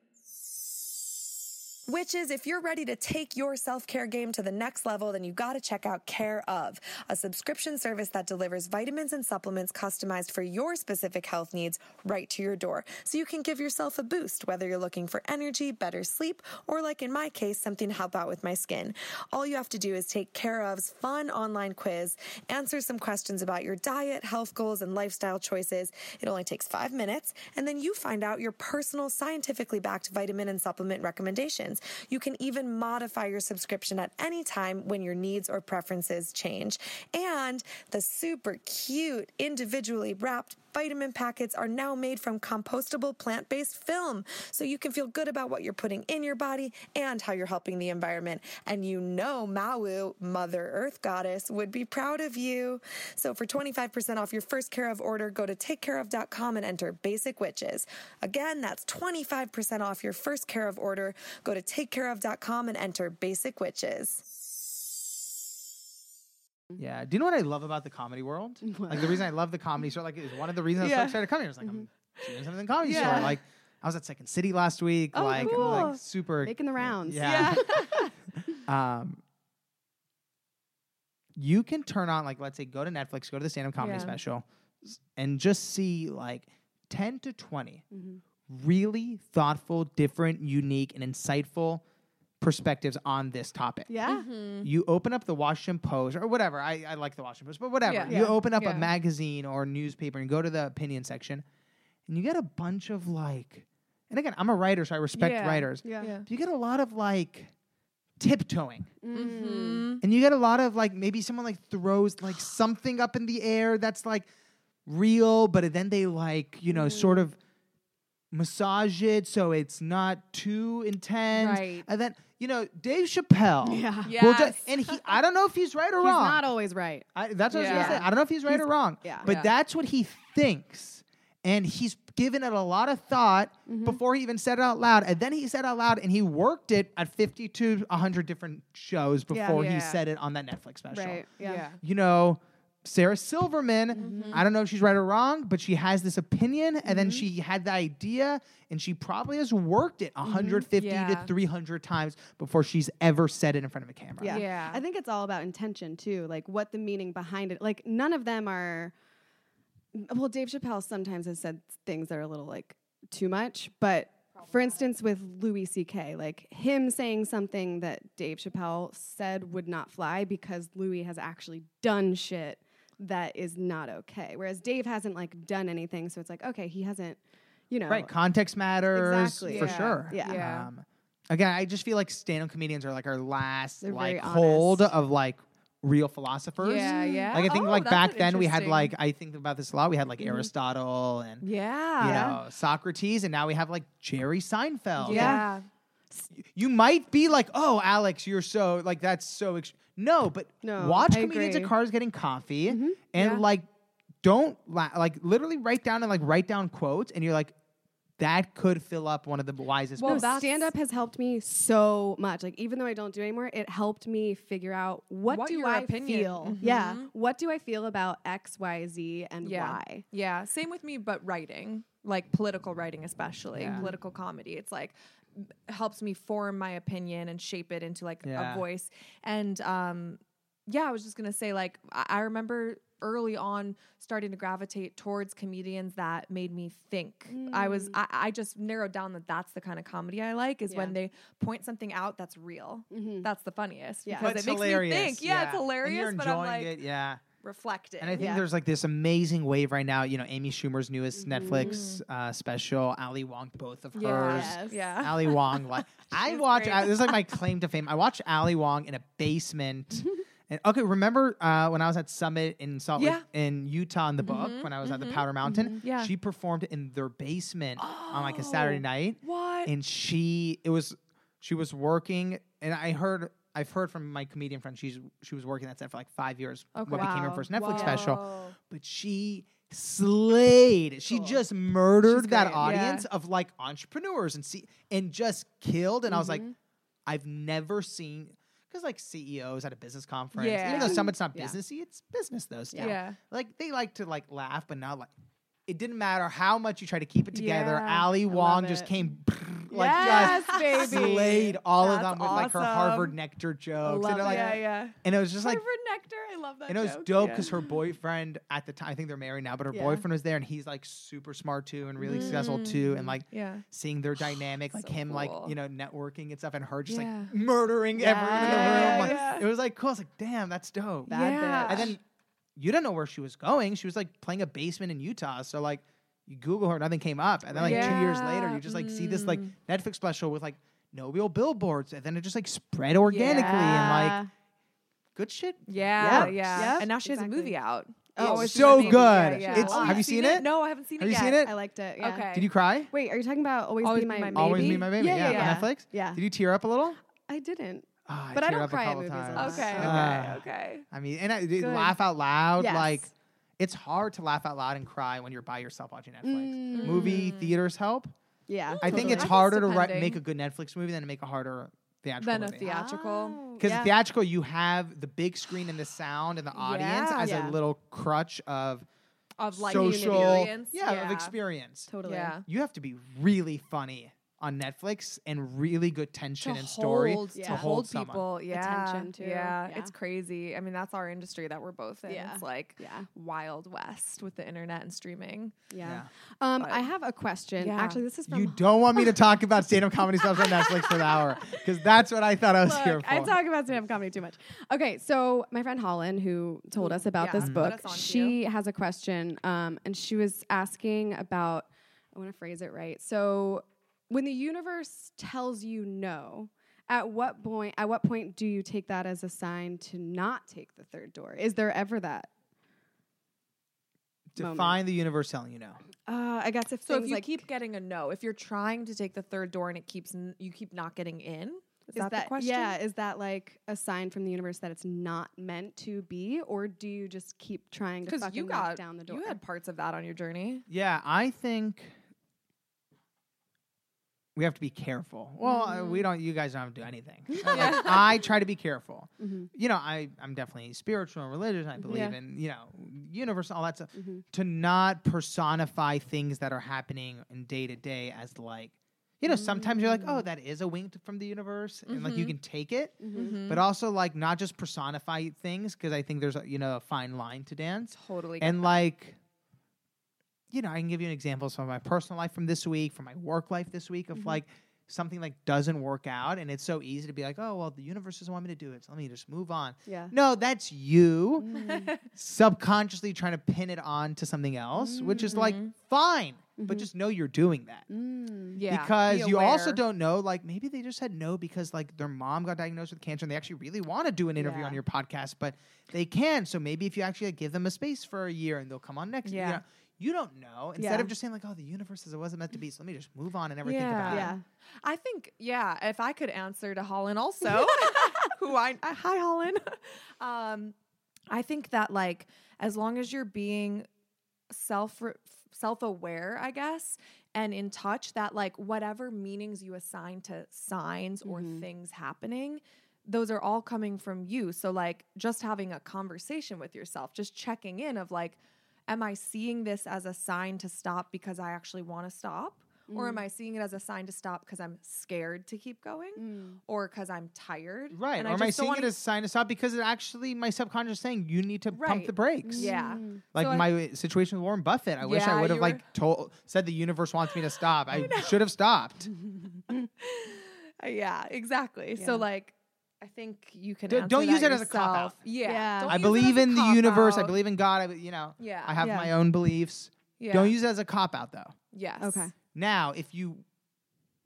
S5: Witches, if you're ready to take your self care game to the next level, then you got to check out Care of, a subscription service that delivers vitamins and supplements customized for your specific health needs right to your door. So you can give yourself a boost, whether you're looking for energy, better sleep, or like in my case, something to help out with my skin. All you have to do is take Care of's fun online quiz, answer some questions about your diet, health goals, and lifestyle choices. It only takes five minutes, and then you find out your personal, scientifically backed vitamin and supplement recommendations. You can even modify your subscription at any time when your needs or preferences change. And the super cute, individually wrapped vitamin packets are now made from compostable plant based film. So you can feel good about what you're putting in your body and how you're helping the environment. And you know, Mawu, Mother Earth Goddess, would be proud of you. So for 25% off your first Care of order, go to takecareof.com and enter Basic Witches. Again, that's 25% off your first Care of order. Go to takecareof.com and enter Basic Witches.
S4: Yeah. Do you know what I love about the comedy world? Like the reason I love the comedy store, like is one of the reasons I
S3: Yeah.
S4: was so excited to come here. It's like I'm doing something in the comedy
S3: Yeah.
S4: store. Like I was at Second City last week.
S1: Oh,
S4: like, I'm, like,
S1: cool.
S4: super
S1: Making the rounds.
S4: Yeah.
S1: <laughs>
S4: um, you can turn on like let's say go to Netflix, go to the stand up comedy
S3: Yeah.
S4: special, s- and just see like ten to 20
S1: Mhm.
S4: really thoughtful, different, unique, and insightful perspectives on this topic
S3: <laughs>
S1: Yeah.
S3: Mm-hmm.
S4: you open up the Washington Post or whatever. I, I like the Washington Post, but whatever.
S3: Yeah.
S4: You
S3: Yeah.
S4: open up
S3: Yeah.
S4: a magazine or newspaper and go to the opinion section, and you get a bunch of like, and again, I'm a writer, so I respect
S3: Yeah.
S4: writers.
S1: Yeah.
S3: Yeah.
S4: But you get a lot of like tiptoeing,
S3: Mm-hmm.
S4: and you get a lot of like maybe someone like
S3: <sighs>
S4: throws like something up in the air that's like real, but then they like, you
S3: Mm-hmm.
S4: know, sort of massage it so it's not too intense.
S3: Right.
S4: And then, you know, Dave Chappelle.
S1: Yeah.
S3: Yeah.
S4: Well, ju-
S3: Yes.
S4: and he, I don't know if he's right or
S1: He's
S4: wrong.
S1: not always right.
S4: I, that's what I was
S3: Yeah.
S4: gonna say. I don't know if he's right or wrong.
S1: yeah.
S4: But
S3: Yeah.
S4: that's what he thinks, and he's given it a lot of thought before he even said it out loud. And then he said it out loud, and he worked it at fifty-two, hundred different shows before he
S3: Yeah.
S4: said it on that Netflix special.
S1: Right. Yeah.
S3: Yeah.
S4: You know. Sarah Silverman, I don't know if she's right or wrong, but she has this opinion, and then she had the idea, and she probably has worked it 150
S3: Yeah.
S4: to 300 times before she's ever said it in front of a camera.
S1: Yeah.
S3: Yeah.
S1: I think it's all about intention too, like what the meaning behind it. Like none of them are well, Dave Chappelle sometimes has said things that are a little like too much, but for instance with Louis CK, like him saying something that Dave Chappelle said would not fly because Louis has actually done shit that is not okay. Whereas Dave hasn't like done anything, so it's like okay, he hasn't, you know.
S4: Right, context matters
S1: Exactly.
S4: for
S3: Yeah.
S4: sure.
S1: Yeah.
S3: Yeah.
S4: Um, again, I just feel like stand-up comedians are like our last
S1: They're
S4: like
S1: very
S4: hold
S1: honest.
S4: of like real philosophers.
S3: Yeah, yeah.
S4: Like I think
S3: Oh,
S4: like
S3: that's
S4: back
S3: an
S4: then we had
S3: interesting- Mm-hmm.
S4: like I think about this a lot. We had like Aristotle and
S1: Oh,
S3: Yeah.
S4: you know Socrates, and now we have like Jerry Seinfeld.
S3: Yeah.
S4: You might be like, oh, Alex, you're so like that's so ex-. no, but
S1: No,
S4: watch
S1: I
S4: comedians
S1: agree.
S4: at cars getting coffee and
S3: Mm-hmm. Yeah.
S4: like don't la- like literally write down and like write down quotes and you're like that could fill up one of the wisest.
S3: Well,
S4: Well,
S3: that's-
S1: stand up has helped me so much. Like even though I don't do it anymore, it helped me figure out what,
S3: What
S1: do
S3: your
S1: I
S3: opinion- Mm-hmm.
S1: feel. Yeah, what do I feel about X, Y, Z, and
S3: Yeah.
S1: why?
S3: Yeah. Same with me, but writing, like political writing, especially political comedy. It's like m- helps me form my opinion and shape it into like
S4: Yeah.
S3: a voice. And um, yeah, I was just gonna say, like, I, I remember early on starting to gravitate towards comedians that made me think. I was,
S4: Mm.
S3: I, I just narrowed down that that's the kind of comedy I like is when they point something out that's real.
S1: Mm-hmm.
S3: That's the funniest
S1: Yeah.
S3: because it makes me think. Yeah, it's hilarious,
S4: And you're
S3: but I'm
S4: enjoying
S3: like
S4: it, yeah.
S3: reflecting.
S4: And I think
S1: Yeah.
S4: there's like this amazing wave right now. You know, Amy Schumer's newest
S3: Mm-hmm.
S4: Netflix uh, special, Ali Wong, both of hers.
S1: Yes.
S3: yeah.
S4: Ali Wong.
S3: <laughs>
S4: Like I watch. I, this is like my claim to fame. I watch Ali Wong in a basement. and okay, remember uh, when I was at Summit in Salt Lake
S3: Yeah. Mm-hmm,
S4: in Utah in the book when I was at the Powder Mountain?
S3: Yeah.
S4: she performed in their basement
S3: <gasps>
S4: on like a Saturday
S3: Oh,
S4: night,
S3: What?
S4: and she it was she was working, and I heard. I've heard from my comedian friend. She's she was working that set for like five years.
S3: Okay.
S4: What became her
S3: Wow.
S4: first Netflix
S3: Wow.
S4: special? but she slayed. She just murdered
S3: She's
S4: that
S3: great, yeah.
S4: audience of like entrepreneurs and see and just killed. And I was like,
S3: Mm-hmm.
S4: I've never seen because like CEOs at a business conference,
S3: Yeah.
S4: even though Summit's not
S1: Yeah.
S4: businessy, it's business though. Still.
S3: Yeah.
S4: like they like to like laugh, but not like. It didn't matter how much you try to keep it together.
S3: Yeah.
S4: Ali
S1: love
S4: Wong just
S1: it.
S4: came <laughs> like
S1: yes,
S4: just
S1: baby.
S4: slayed all of
S3: That's
S4: them with like her Harvard
S3: awesome.
S4: nectar jokes.
S1: love
S4: And, like,
S3: yeah, yeah.
S4: and it was just like
S1: Harvard Nectar. I love that.
S4: and it was
S1: joke.
S4: dope
S3: yeah.
S4: because her boyfriend at the time, I think they're married now, but her
S1: Yeah.
S4: boyfriend was there and he's like super smart too and really successful too. And like
S3: Yeah.
S4: seeing
S3: <sighs>
S4: their dynamic, like
S3: Mm. So
S4: him, like,
S3: cool.
S4: you know, networking and stuff and her just
S3: Yeah.
S4: like murdering everyone in the room.
S3: Yes.
S4: Like,
S3: Yeah.
S4: It was like cool. I was like, damn, that's dope.
S1: Bad
S3: Yeah.
S1: bitch.
S4: And then you don't know where she was going. She was like playing a basement in Utah. So like you Google her, nothing came up. And then like two years later,
S3: Yeah. Mm.
S4: you just like see this like Netflix special with like no real billboards. And then it just like spread organically and like good shit.
S3: Yeah, yeah.
S4: Works.
S1: Yep,
S3: And now she
S1: exactly.
S3: has a movie out.
S1: Oh,
S4: it's
S1: it's
S4: so
S1: amazing.
S4: good.
S1: Yeah, yeah.
S4: It's,
S1: Oh,
S4: have
S1: you've
S4: you seen it?
S3: No, I haven't seen
S4: Have
S3: it
S4: you
S3: yet.
S4: seen it?
S1: I liked it. Yeah.
S3: Okay.
S4: Did you cry?
S1: Wait, are you talking about Always,
S3: Always
S1: Be My,
S3: Be My
S1: Maybe?
S3: Maybe?
S4: Always Be My Baby.
S1: Yeah, yeah,
S4: Yeah,
S1: yeah.
S4: on Netflix.
S1: Yeah.
S4: Did you tear up a little?
S1: I didn't.
S4: Oh, I
S1: But I
S4: teared
S1: don't
S4: up a
S1: cry at
S4: couple
S1: movies a lot.
S4: times.
S3: Okay,
S4: Ah.
S3: okay, okay.
S4: I mean, and I did laugh out loud.
S1: Yes.
S4: Like, it's hard to laugh out loud and cry when you're by yourself watching Netflix. Movie theaters help.
S1: Mm. Yeah.
S4: Mm. I think it's
S3: I guess
S4: harder to write,
S3: depending.
S4: make a good Netflix movie than to make a harder theatrical
S3: Then a
S4: movie.
S3: theatrical.
S1: Oh.
S4: Because theatrical, you have the big screen and the sound and the audience
S3: Yeah.
S4: as
S1: Yeah.
S4: a little crutch of
S3: Of like
S4: social,
S3: experience.
S4: yeah, of experience.
S1: Totally.
S3: Yeah.
S4: You have to be really funny on Netflix and really good tension and story
S3: hold,
S1: yeah.
S4: to
S3: to
S4: hold
S3: hold
S4: someone.
S3: people, yeah,
S1: Attention, too.
S3: Yeah.
S1: Yeah.
S3: it's crazy. I mean, that's our industry that we're both in.
S1: Yeah.
S3: It's like
S1: Yeah.
S3: wild west with the internet and streaming.
S1: Yeah. Um, I
S3: But-
S1: have a question.
S3: Yeah.
S1: Actually, this is from
S4: You don't want
S1: <laughs>
S4: me to talk about stand-up comedy stuff on Netflix for the hour because that's what I thought I was here
S1: Look,
S4: for.
S1: I talk about stand-up comedy too much. Okay, so my friend Holland, who told us about
S3: yeah,
S1: this
S3: put
S1: book,
S3: us onto.
S1: she has a question, um, and she was asking about. I want to phrase it right. So, when the universe tells you no, at what point? At what point do you take that as a sign to not take the third door? Is there ever that?
S4: Define
S1: moment.
S4: the universe telling you no.
S1: Uh, I guess if
S3: So
S1: things
S3: if you
S1: like
S3: keep getting a no, if you're trying to take the third door and it keeps n- you keep not getting in, is, that, the question?
S1: yeah? Is that like a sign from the universe that it's not meant to be, or do you just keep trying to
S3: because
S1: fucking
S3: you
S1: knock
S3: got
S1: down the door?
S3: You had parts of that on your journey.
S4: Yeah, I think we have to be careful. Well, uh,
S1: Mm.
S4: we don't. You guys don't have to
S1: <laughs>
S4: do anything. Uh, like, I try to be careful.
S1: Mhm.
S4: You know, I I'm definitely spiritual and religious. I believe
S1: Yeah.
S4: in you know universe and all that stuff.
S1: Mhm.
S4: To not personify things that are happening in day to day as like. You know, sometimes you're
S1: Mm.
S4: like, oh, that is a wink from the universe, and
S1: Mm-hmm.
S4: like you can take it,
S3: Mm-hmm.
S4: but also like not just personify things because I think there's a, you know a fine line to dance
S3: Totally. get
S4: and like you know i can give you an example from my personal life from this week from my work life this week of like something like doesn't work out and it's so easy to be like oh well the universe doesn't want me to do it so let me just move on
S1: Yeah.
S4: no that's
S1: Mm-hmm.
S4: you
S1: Mm.
S4: subconsciously trying to pin it on to something else which is like fine but just know you're doing that
S1: Mm.
S3: yeah,
S4: because
S3: be
S4: you also
S3: aware.
S4: don't know like maybe they just said no because like their mom got diagnosed with cancer and they actually really want to do an interview
S3: Yeah.
S4: on your podcast but they can so maybe if you actually like, give them a space for a year and they'll come on next
S3: Yeah.
S4: you, know, you don't know instead
S1: Yeah.
S4: of just saying like oh the universe is it wasn't meant to be so let me just move on and never think
S3: Yeah.
S4: about
S1: Yeah.
S4: it
S3: I think, yeah, if I could answer to Holland also, who I, I hi Holland. <laughs> Um, I think that like as long as you're being self self aware, I guess, and in touch, that like whatever meanings you assign to signs or things happening. Those are all coming from you. So, like, just having a conversation with yourself, just checking in of like, am I seeing this as a sign to stop because I actually want to stop? Or
S4: Mm.
S3: am I seeing it as a sign to stop because I'm scared to keep going
S1: Mm.
S3: or because I'm tired?
S4: Mm. right
S3: And
S4: or am i
S3: just don't
S4: seeing it
S3: wanna-
S4: as sign us out because it actually my subconscious saying you need to pump
S3: Right.
S4: the
S1: Mm.
S4: brakes
S3: Yeah.
S4: Like
S3: So I-
S4: my situation with Warren Buffett, I wish I
S3: Yeah,
S4: would have
S3: you were-
S4: like told said the universe wants me to
S3: <laughs>
S4: stop. I should have stopped.
S3: Uh, Yeah, exactly.
S1: Yeah.
S3: So, like, I think you can.
S4: D-
S3: answer
S4: don't
S3: that
S4: use it as a cop-out.
S3: yourself. Yeah.
S1: Yeah.
S3: don't use it
S4: I
S3: as
S4: believe
S3: a
S4: in the universe. I
S3: cop-out.
S4: believe in God. I, be- you know,
S3: Yeah.
S4: I have
S1: Yeah.
S4: my own beliefs.
S3: Yeah.
S4: Don't use it as a cop out, though.
S3: Yes.
S1: Okay.
S4: Now, if you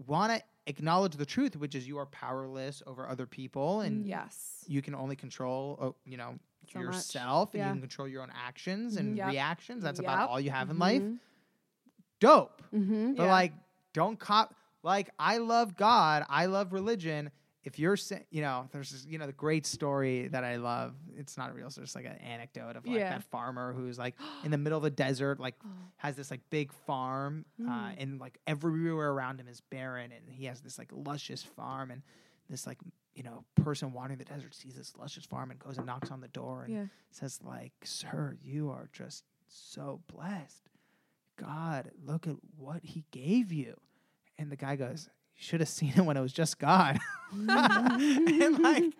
S4: want to acknowledge the truth, which is you are powerless over other people, and
S3: Mm, Yes.
S4: you can only control, oh, you know,
S1: So much.
S4: yourself, and
S1: Yeah.
S4: you can control your own actions and
S3: Mm, Yep.
S4: reactions. That's about
S3: Yep. Mm-hmm. Mm,
S4: all you have in life. Dope,
S1: Mm-hmm.
S4: but
S3: Yeah.
S4: like, don't cop. Like, I love God. I love religion. If you're, sa- you know, there's, this, you know, the great story that I love. It's not real. It's just like an anecdote of like
S3: Yeah.
S4: that farmer who's like
S3: <gasps>
S4: in the middle of the desert, like has this like big farm, uh, and like everywhere around him is barren, and he has this like luscious farm, and this like you know person wandering the desert sees this luscious farm and goes and knocks on the door and
S3: Yeah.
S4: says like, "Sir, you are just so blessed. God, look at what He gave you." And the guy goes, should have seen it when it was just God. <laughs>
S1: Mm-hmm. <laughs>
S4: and like,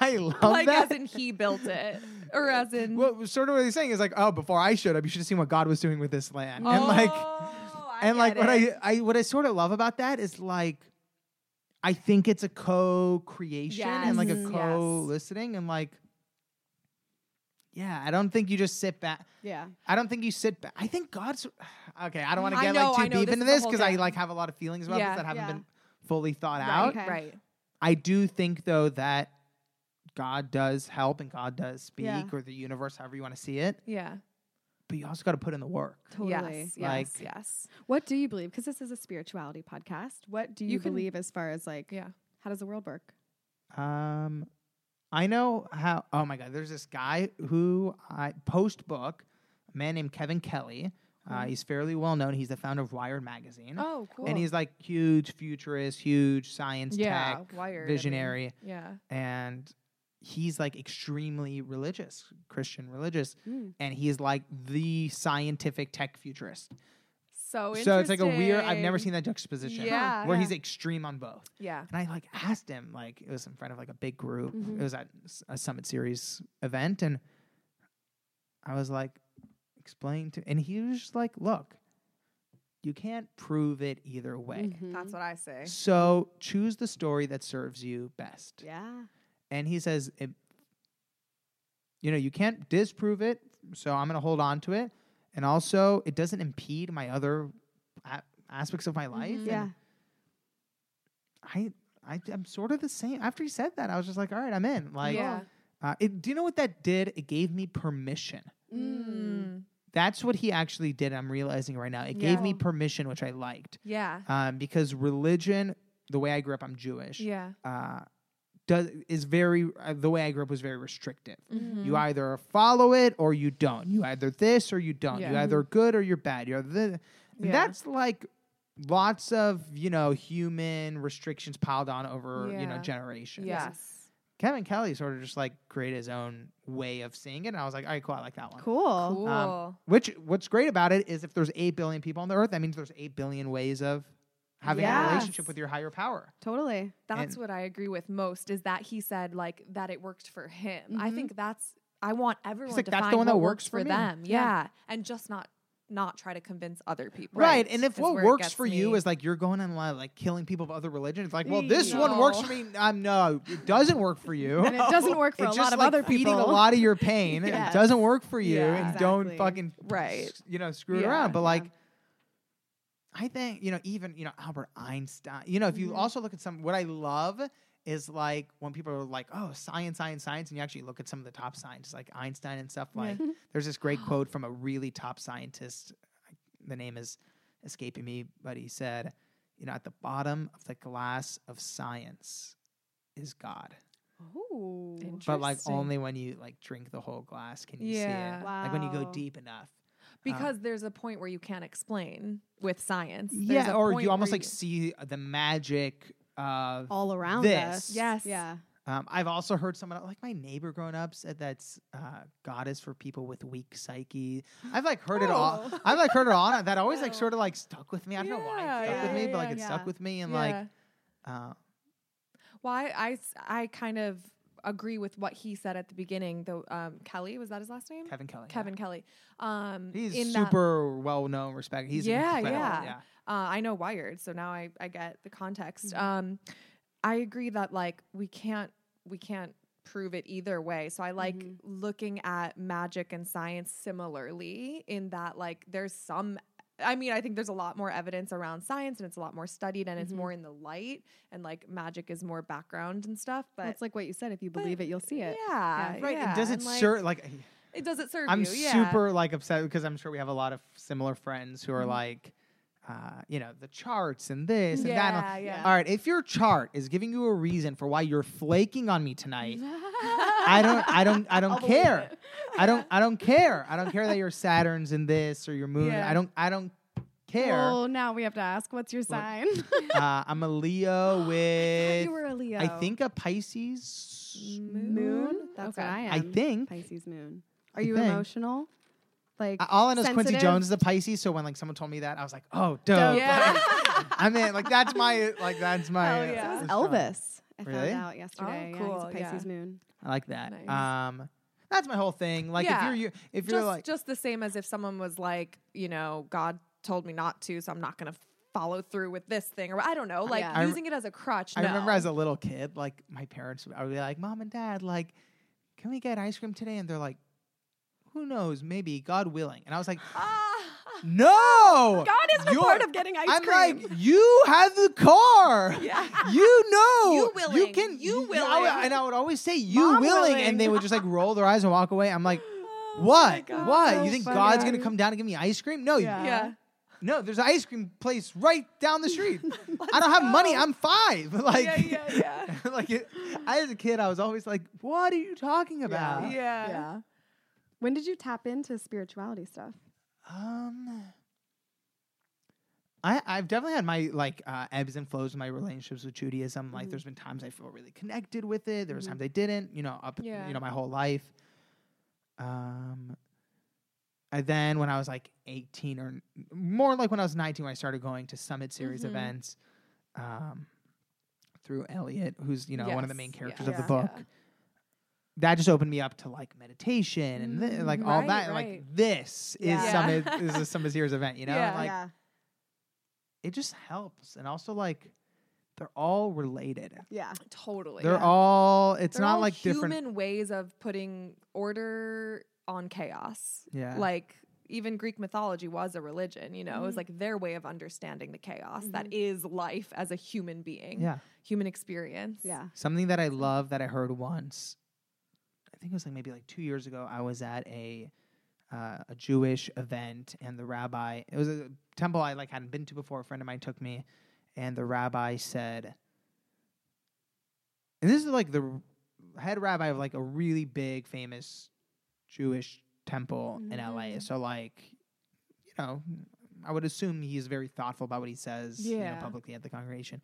S4: I love
S3: like
S4: that.
S3: as in he built it,
S4: <laughs>
S3: or as in
S4: well, sort of what he's saying is like, oh, before I showed up, you should have seen what God was doing with this land. and like,
S3: Oh, I
S4: and like
S3: get
S4: what
S3: it.
S4: I, I what I sort of love about that is like I think it's a co-creation and like a
S3: Yes, yes.
S4: co-listening and like yeah, I don't think you just sit back.
S1: Yeah.
S4: I don't think you sit back. I think God's <sighs> okay. I don't want to
S3: I
S4: get
S3: know,
S4: like
S3: I
S4: too
S3: know,
S4: deep
S3: this
S4: into
S3: is a
S4: this
S3: whole
S4: because I
S3: thing.
S4: like have a lot of feelings about
S3: Yeah,
S4: this that haven't
S1: yeah.
S4: been fully thought
S3: Right,
S4: out.
S1: okay.
S3: right.
S4: I do think though that God does help and God does speak
S1: Yeah.
S4: or the universe, however you want to see it.
S3: Yeah.
S4: But you also got to put in the work.
S1: Totally.
S3: Yes. Yes.
S4: Like-
S3: yes.
S1: What do you believe? Because this is a spirituality podcast. What do you,
S3: You can-
S1: believe as far as like,
S3: Yeah.
S1: how does the world work?
S4: Um, I know how. Oh my God, there's this guy who I post book, a man named Kevin Kelly. Uh, he's fairly well known. He's the founder of Wired magazine,
S3: Mm-hmm. Oh, cool.
S4: and he's like huge futurist, huge science
S3: yeah,
S4: tech
S3: wired. I mean,
S4: visionary,
S3: yeah.
S4: and he's like extremely religious, Christian religious,
S1: Mm.
S4: and he's like the scientific tech futurist.
S3: So interesting.
S4: so it's like a weird. I've never seen that juxtaposition.
S3: Oh, Yeah.
S4: where he's extreme on both.
S3: Yeah.
S4: And I like asked him, like it was in front of like a big group.
S1: Mhm.
S4: It was at s- a Summit Series event, and I was like, explain to, and he was just like, look, you can't prove it either way.
S1: Mm-hmm.
S3: That's what I say.
S4: So choose the story that serves you best.
S1: Yeah.
S4: And he says, it, you know, you can't disprove it, so I'm going to hold on to it, and also it doesn't impede my other a- aspects of my life.
S3: Mhm.
S4: and
S1: Yeah.
S4: I, I I'm sort of the same. After he said that, I was just like, all right, I'm in. Like,
S3: yeah.
S4: uh, it, do you know what that did? It gave me permission.
S1: Mm.
S3: Mm.
S4: That's what he actually did. I'm realizing right now. It gave me permission, which I liked,
S3: Yeah.
S4: um, because religion, the way I grew up, I'm Jewish.
S3: Yeah.
S4: Uh, does is very uh, the way I grew up was very restrictive.
S3: Mhm.
S4: You either follow it or you don't. You either this or you don't. You
S3: Yeah.
S4: either good or you're bad. You're the.
S3: Yeah.
S4: That's like lots of you know human restrictions piled on over you know
S3: Yeah.
S4: generations.
S3: Yes.
S4: Kevin Kelly sort of just like created his own way of seeing it, and I was like, all right, cool, I like that one.
S1: Cool.
S3: Cool.
S4: Um, Which what's great about it is if there's eight billion people on the earth, that means there's eight billion ways of having a relationship
S1: Yes.
S4: with your higher power.
S1: Totally.
S3: that's
S4: and-
S3: what I agree with most is that he said like that it worked for him. I
S1: Mhm.
S3: think that's I want everyone
S4: like,
S3: to
S4: "That's the
S3: find
S4: one that
S3: what works
S4: works for
S3: for
S4: me."
S3: them.
S1: Yeah.
S3: Yeah. and just not not try to convince other people.
S4: Right. And if
S3: is
S4: what
S3: where it
S4: works
S3: gets
S4: for you
S3: me.
S4: is like you're going and like, like killing people of other religions, it's like, well, this one works for
S3: No.
S4: me. Um, no, it doesn't work for you.
S1: And it doesn't
S4: <laughs>
S1: work for
S4: It's
S1: a
S4: just
S1: lot of
S4: like
S1: other
S4: feeding
S1: people.
S4: a lot of
S1: <laughs>
S4: your pain. It
S1: Yes.
S4: doesn't work for you,
S3: Yeah.
S4: and don't
S1: Exactly.
S4: fucking
S3: Right.
S4: s- You know, screw it
S3: Yeah.
S4: around. But
S1: Yeah.
S4: like, I think you know, even you know Albert Einstein. You know, if you
S1: Mhm.
S4: also look at some, what I love is like when people are like, "Oh, science, science, science," and you actually look at some of the top scientists, like Einstein and stuff. Like, <laughs> there's this
S3: <gasps>
S4: great quote from a really top scientist. The name is escaping me, but he said, "You know, at the bottom of the glass of science is God."
S1: Ooh.
S4: but like
S3: Interesting.
S4: only when you like drink the whole glass can you see
S3: Yeah.
S4: it. Like when you go
S1: Wow.
S4: deep enough.
S3: because there's a point where you can't explain with science. There's
S4: yeah,
S3: a
S4: or
S3: point
S4: you
S3: where
S4: almost like see the magic of.
S1: All around us.
S4: This.
S3: Yes.
S1: Yeah.
S4: Um, I've also heard someone like my neighbor growing up said that's uh, God is for people with weak psyche. I've like heard it all.
S3: Oh.
S4: I've like heard it all.
S3: <laughs>
S4: and That always like sort of like stuck with me. I don't know why
S3: Yeah,
S4: it stuck
S1: yeah,
S4: with me, but
S3: yeah,
S4: like it
S1: yeah.
S4: stuck with me
S3: <laughs>
S4: and
S3: Yeah.
S4: like. Uh,
S3: Well, I, I s- I kind of agree with what he said at the beginning. Though um, Kelly was that his last name?
S4: Kevin Kelly. yeah.
S3: Kevin Kelly. Um, in
S4: He's
S3: that-
S4: super well known, respect. He's
S3: yeah,
S4: incredible,
S3: yeah.
S4: yeah.
S3: Uh, I know Wired, so now I I get the context.
S4: Mm-hmm.
S3: Um, I agree that like we can't we can't prove it either way. So I like
S4: Mm-hmm.
S1: Mhm.
S3: looking at magic and science similarly in that like there's some. I mean, I think there's a lot more evidence around science and it's a lot more studied and it's
S1: Mhm.
S4: Mm-hmm.
S3: more in the light and like magic is more background and stuff. But
S1: Well, it's like what you said. If you
S3: but-
S1: believe it, you'll see it.
S3: Yeah,
S1: Yeah.
S4: Right.
S3: yeah,
S4: uh, and does it
S3: like,
S4: serve like
S3: It does it serve
S4: I'm
S3: you? yeah.
S4: super like upset because I'm sure we have a lot of similar friends who are
S3: Mm-hmm.
S4: like, uh, you know, the charts and this and that.
S3: Yeah,
S4: and
S3: yeah.
S4: <laughs> All right, if your chart is giving you a reason for why you're flaking on me tonight, I don't, I don't, I don't care. I don't, I don't care. I don't care that your Saturn's in this or your moon.
S3: Yeah.
S4: I don't, I don't care.
S1: Well, Oh, now we have to ask, what's your <laughs> sign?
S4: <laughs> Uh, I'm a Leo with,
S1: you were a Leo.
S4: I think a Pisces.
S1: moon. That's
S3: Okay.
S1: what I am.
S4: I think.
S1: Pisces moon. Are
S4: I
S1: you
S4: think.
S1: emotional? Like
S4: Uh, All I know is Quincy
S1: sensitive?
S4: Jones is a Pisces, so when like someone told me that, I was like, "Oh,
S3: <laughs>
S4: dope!"
S3: Yeah. <laughs>
S4: I mean, like that's my like that's my.
S3: Hell
S4: uh,
S3: yeah.
S1: So is
S4: that's my-
S1: Elvis. I
S4: Really?
S1: found out yesterday.
S3: Oh,
S1: Yeah, he's
S3: cool,
S1: a Pisces
S3: yeah.
S1: moon.
S4: I like that.
S3: Nice.
S4: Um, that's my whole thing. Like
S3: Yeah.
S4: if you're you, if you're
S3: just
S4: like
S3: just the same as if someone was like, you know, God told me not to, so I'm not gonna follow through with this thing, or I don't know, like
S1: yeah. I
S4: rem-
S3: using it as a crutch.
S4: I remember
S3: no.
S4: as a little kid, like my parents, I would be like, "Mom and Dad, like, can we get ice cream today?" And they're like, "Who knows? Maybe God willing." And I
S3: <gasps>
S4: was like, <laughs>
S3: Ah,
S4: "No,
S1: God is no
S4: You're-
S1: part of getting ice
S4: I'm
S1: cream.
S4: <laughs> like, you have the car.
S3: <laughs> Yeah.
S4: You know.
S3: You willing.
S4: can.
S3: You
S4: I
S3: willing.
S4: would- and I would always say, you
S1: Mom
S4: willing.
S1: willing.
S4: And they would just like roll their eyes and walk away. I'm
S3: <gasps>
S4: like,
S3: Oh my
S4: what?
S3: God,
S4: what?
S1: so
S4: You think
S1: funny.
S4: God's going to come down and give me ice cream? No. you-
S1: Yeah.
S3: yeah.
S4: No, there's an ice cream place right down the
S3: <laughs>
S4: street. I don't have money. I'm five. <laughs> like,
S3: yeah, yeah, yeah,
S4: <laughs> like it, I, as a kid, I was always like, what are you talking about?
S3: yeah,
S1: Yeah. Uh, When did you tap into spirituality stuff?
S4: Um, I I've definitely had my like uh, ebbs and flows in my relationships with Judaism.
S1: Mm-hmm.
S4: Like, there's been times I feel really connected with it. There was times I didn't. You know, up
S3: Yeah.
S4: you know my whole life. Um, and then when I was like 18 or n- more like when I was 19, when I started going to Summit Series
S1: Mm-hmm.
S3: Mhm.
S4: events, um, through Elliot, who's you know one of the main
S3: Yes,
S4: characters of
S1: yeah.
S4: the book.
S3: Yeah.
S4: That just opened me up to like meditation and thi- like all
S1: Mm-hmm. right,
S4: that.
S1: right.
S4: Like this
S1: Yeah.
S4: is Summit is a Summit Series event, you know?
S3: Yeah.
S4: And, Uh, like
S1: yeah.
S4: it just helps, and also like they're all related.
S1: Yeah.
S3: totally.
S4: They're
S3: Yeah.
S4: all. It's
S3: They're
S4: not
S3: all
S4: like
S3: human
S4: different.
S3: ways of putting order on chaos.
S4: Yeah.
S3: Like even Greek mythology was a religion, you know, it was like their way of understanding the chaos that is life as a human being,
S4: Yeah.
S3: human experience. <laughs>
S1: Yeah.
S4: Something that I love that I heard once, I think it was like maybe like two years ago. I was at a uh, a Jewish event, and the rabbi. It was a temple I like hadn't been to before. A friend of mine took me, and the rabbi said, and this is like the r- head rabbi of like a really big famous Jewish temple in LA. So like, you know, I would assume he's very thoughtful about what he says you know,
S3: Yeah.
S4: publicly at the congregation.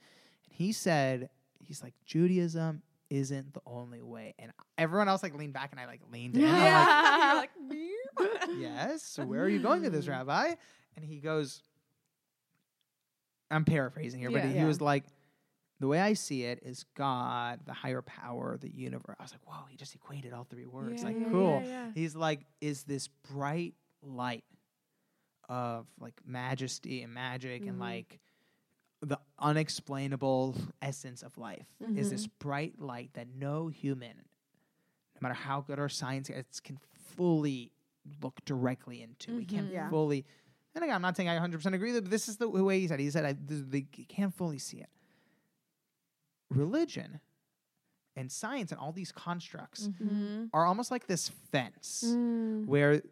S4: And he said, he's like, Judaism isn't the only way. And everyone else like leaned back and I like leaned in. I'm like,
S3: You're
S1: <laughs>
S4: <laughs>
S3: like, "Meep."
S4: yes. So where are you going with this, Rabbi? And he goes, I'm paraphrasing here, but
S3: Yeah.
S4: he
S1: Yeah.
S4: was like, the way I see it is God, the higher power, the universe. I was like, whoa, he just equated all three words.
S3: Yeah,
S4: like,
S3: yeah,
S4: cool.
S3: yeah, yeah.
S4: He's like, is this bright light of like majesty and magic and like the unexplainable essence of life is this bright light that no human, no matter how good our science is, can fully look directly into. We can't
S1: Mhm. Yeah.
S4: fully. And again, I'm not saying I 100% agree with it, but this is the way he said. it. He said I, this, they can't fully see it. Religion and science and all these constructs
S3: Mhm.
S4: are almost like this fence
S1: Mm. Mm-hmm.
S4: where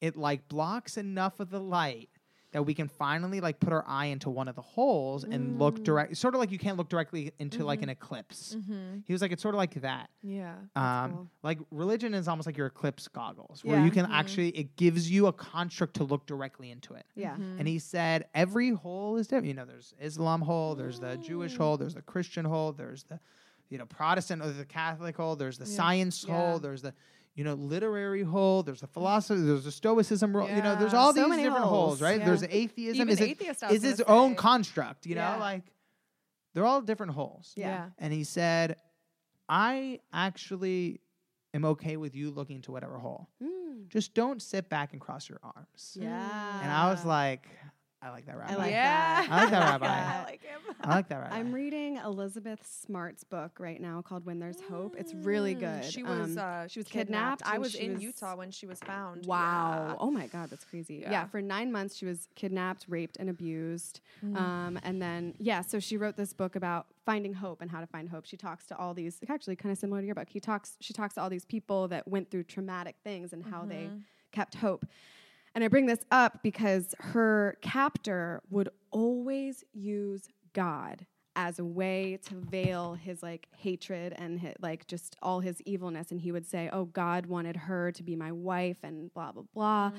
S4: it like blocks enough of the light that we can finally like put our eye into one of the holes and
S1: Mm.
S4: look direct sort of like you can't look directly into like an
S1: Mm-hmm.
S4: eclipse
S3: Mhm.
S4: he was like it's sort of like that
S3: Yeah.
S4: um
S1: cool.
S4: like religion is almost like your eclipse goggles where
S1: Yeah. Mm-hmm.
S4: you can actually it gives you a construct to look directly into it
S1: Yeah.
S4: and he said every hole is different. You know, there's Islam hole, there's the Jewish hole, there's the Christian hole, there's the you know Protestant or the Catholic hole, there's the science
S3: Yeah.
S4: hole, there's the you know literary hole, there's the philosophy, there's the Stoicism hole. You know, there's
S3: Yeah.
S4: all
S1: So
S4: these
S1: many
S4: different holes,
S1: holes.
S4: right?
S3: Yeah.
S4: There's atheism.
S3: Even
S4: is it,
S3: atheist, I was
S4: is
S3: gonna
S4: its own
S3: say.
S4: construct. You
S3: Yeah.
S4: know, like they're all different holes.
S1: Yeah.
S3: Yeah.
S4: And he said, I actually am okay with you looking into whatever hole.
S1: Mm.
S4: Just don't sit back and cross your arms.
S1: Yeah.
S4: And I was
S3: Uh,
S4: like, I like that rabbi.
S1: I like
S3: Yeah. <laughs>
S1: that.
S4: I like that
S1: I
S4: rabbi.
S1: that.
S3: like him.
S4: I like that rabbi.
S1: I'm reading Elizabeth Smart's book right now called When There's Hope. It's really
S3: Mm,
S1: good.
S3: She was
S1: Um,
S3: uh, she was
S1: kidnapped
S3: kidnapped. I
S1: when
S3: was
S1: she
S3: in
S1: was-
S3: Utah when she was found.
S1: Wow.
S3: Yeah.
S1: Oh my God, that's crazy. um, Yeah.
S3: Yeah.
S1: For nine months, she was kidnapped, raped, and abused. Um, and then, yeah, so she wrote this book about finding hope and how to find hope. She talks to all these, actually, kind of similar to your book. He talks, she talks to all these people that went through traumatic things and how they kept hope. And I bring this up because her captor would always use God as a way to veil his like hatred and hi- like just all his evilness and he would say oh god wanted her to be my wife and blah blah blah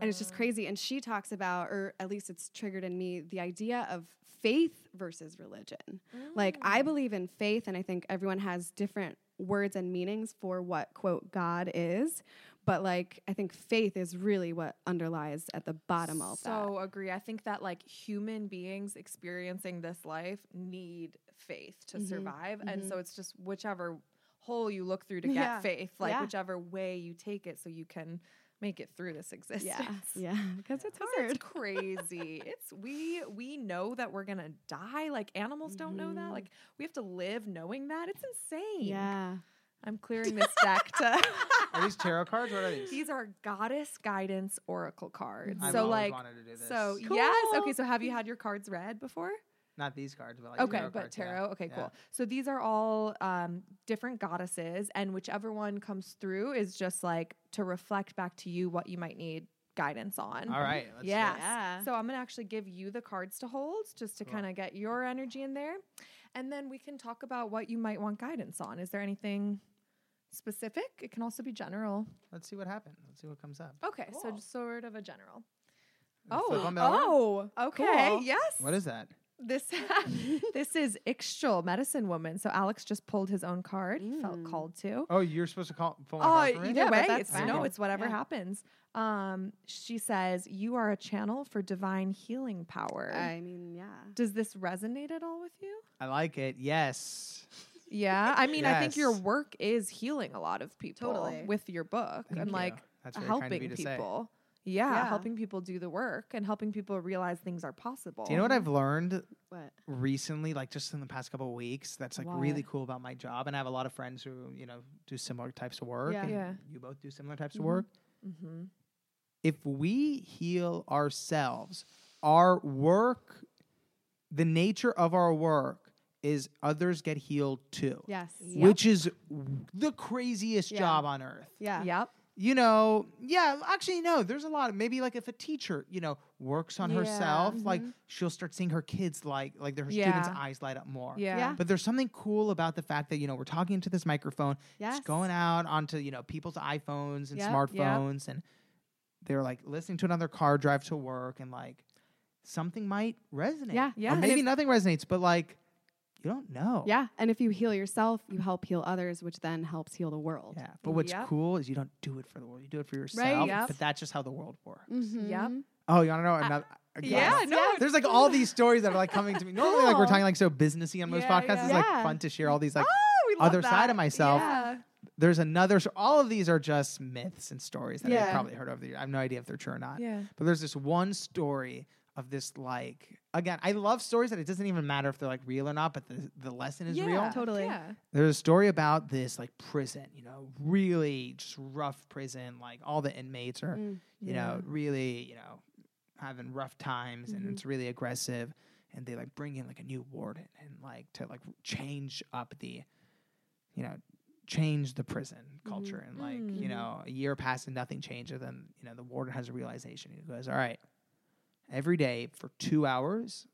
S1: and it's just
S3: Mm.
S1: crazy and she talks about or at least it's triggered in me the idea of faith versus religion like
S3: Mm.
S1: i believe in faith and i think everyone has different words and meanings for what quote god is But like, I think faith is really what underlies at the bottom of that.
S3: so agree. I think that like human beings experiencing this life need faith to
S1: Mm-hmm.
S3: survive. And so it's just whichever hole you look through to get
S1: Yeah.
S3: faith, like
S1: Yeah.
S3: whichever way you take it so you can make it through this <laughs> existence.
S1: Yeah, <laughs> yeah, because
S3: <laughs>
S1: it's
S3: It's
S1: hard.
S3: crazy. it's we we know that we're gonna die. Like animals don't know that. Like we have to live knowing that. It's insane.
S1: Mm-hmm. Yeah. <laughs>
S3: I'm clearing this deck to <laughs>
S4: Are these tarot cards? What are these?
S3: these are goddess guidance oracle cards.
S4: I've
S3: so
S4: Mm-hmm. always
S3: like
S4: wanted to do this.
S3: so
S1: Cool.
S3: yes. Okay, so have you had your cards read before?
S4: Not these cards, but like
S3: Okay,
S4: tarot
S3: but
S4: cards, yeah.
S3: tarot. Okay,
S4: Yeah.
S3: cool. So these are all um, different goddesses, and whichever one comes through is just like to reflect back to you what you might need guidance on.
S4: All right, let's do it.
S3: Yes.
S1: Yeah.
S3: So I'm gonna actually give you the cards to hold, just to
S4: Cool.
S3: kind of get your energy in there, and then we can talk about what you might want guidance on. Is there anything specific? It can also be general.
S4: Let's see what happens. Let's see what comes up.
S3: Okay, so
S1: Cool.
S3: just sort of a general.
S4: Flip
S3: Oh,
S4: 'em over?
S1: Oh,
S3: Okay. Yes.
S4: What is that?
S3: this <laughs> this is Ixchel, medicine woman. So Alex just pulled his own card. He felt
S1: Mm.
S3: called to.
S4: Oh, you're supposed to call. Pull
S3: Oh,
S4: my card for me?
S3: either
S1: Yeah, but
S3: way,
S1: that's
S3: it's
S4: fine.
S3: no, it's whatever
S1: Yeah.
S3: happens. Um, she says you are a channel for divine healing power.
S1: I mean, yeah.
S3: Does this resonate at all with you?
S4: I like it. Yes.
S3: Yeah, <laughs> I mean, I think your
S4: Yes.
S3: work is healing a lot of people
S1: Totally.
S3: with your book
S4: Thank
S3: and
S4: you.
S3: like
S4: That's very kind of you
S3: helping
S4: to say.
S3: people. Yeah,
S1: Yeah.
S3: helping people do the work and helping people realize things are possible.
S4: Do you know what I've learned
S1: What?
S4: recently, like just in the past couple of weeks, that's like really
S3: What?
S4: cool about my job? And I have a lot of friends who, you know, do similar types of work.
S1: Yeah.
S4: and
S3: Yeah.
S4: You both do similar types
S3: Mhm.
S4: of work.
S3: hmm
S4: If we heal ourselves, our work, the nature of our work is others get healed too,
S1: Yes.
S4: which is the craziest
S1: Yeah.
S4: job on earth.
S1: Yeah.
S3: Yep.
S4: you know, yeah, actually, no, there's a lot. Maybe like if a teacher, you know, works on
S3: Yeah, mm-hmm.
S4: herself, like
S1: mhm.
S4: she'll start seeing her kids like like their her students'
S3: Yeah.
S4: eyes light up more.
S3: Yeah.
S1: Yeah.
S4: But there's something cool about the fact that, you know, we're talking into this microphone.
S1: Yes.
S4: It's going out onto, you know, people's iPhones
S1: Yep,
S4: and
S1: yep.
S4: smartphones and they're like listening to another car drive to work and like something might resonate.
S1: Yeah,
S3: yeah.
S4: Or
S3: And
S4: maybe
S3: if-
S4: nothing resonates, but like you don't know.
S1: Yeah. And if you heal yourself, you help heal others, which then helps heal the world.
S4: Yeah. But what's
S3: Yep.
S4: cool is you don't do it for the world. You do it for yourself.
S3: yep.
S4: But that's just how the world works.
S3: Yep.
S4: Oh, you want to know another? God,
S3: Yeah,
S4: that's-
S3: no.
S4: There's like all these stories that are like coming to me. Normally, like
S3: <laughs>
S4: we're
S1: Cool.
S4: talking like so businessy on most
S3: Yeah,
S4: podcasts. It's
S1: yeah.
S4: like
S1: Yeah.
S4: fun to share all these like.
S3: Oh, we love
S4: Other side of
S3: that.
S4: myself.
S3: Yeah.
S4: There's another. So all of these are just myths and stories that I've
S1: Yeah.
S4: probably heard over the years. I have no idea if they're true or not.
S3: Yeah.
S4: But there's this one story of this like again. I love stories that it doesn't even matter if they're like real or not, but the the lesson is real.
S1: Totally.
S3: Yeah.
S4: There's a story about this like prison, you know, really just rough prison. Like all the inmates are,
S1: Mm.
S4: you
S3: Yeah.
S4: know, really, you know, having rough times and it's really aggressive. And they like bring in like a new warden and like to like change up the, you know, change the prison culture. And like, you
S3: Mm.
S4: know, a year passes, nothing changes. And, you know, the warden has a realization. He goes, All right, every day for two hours,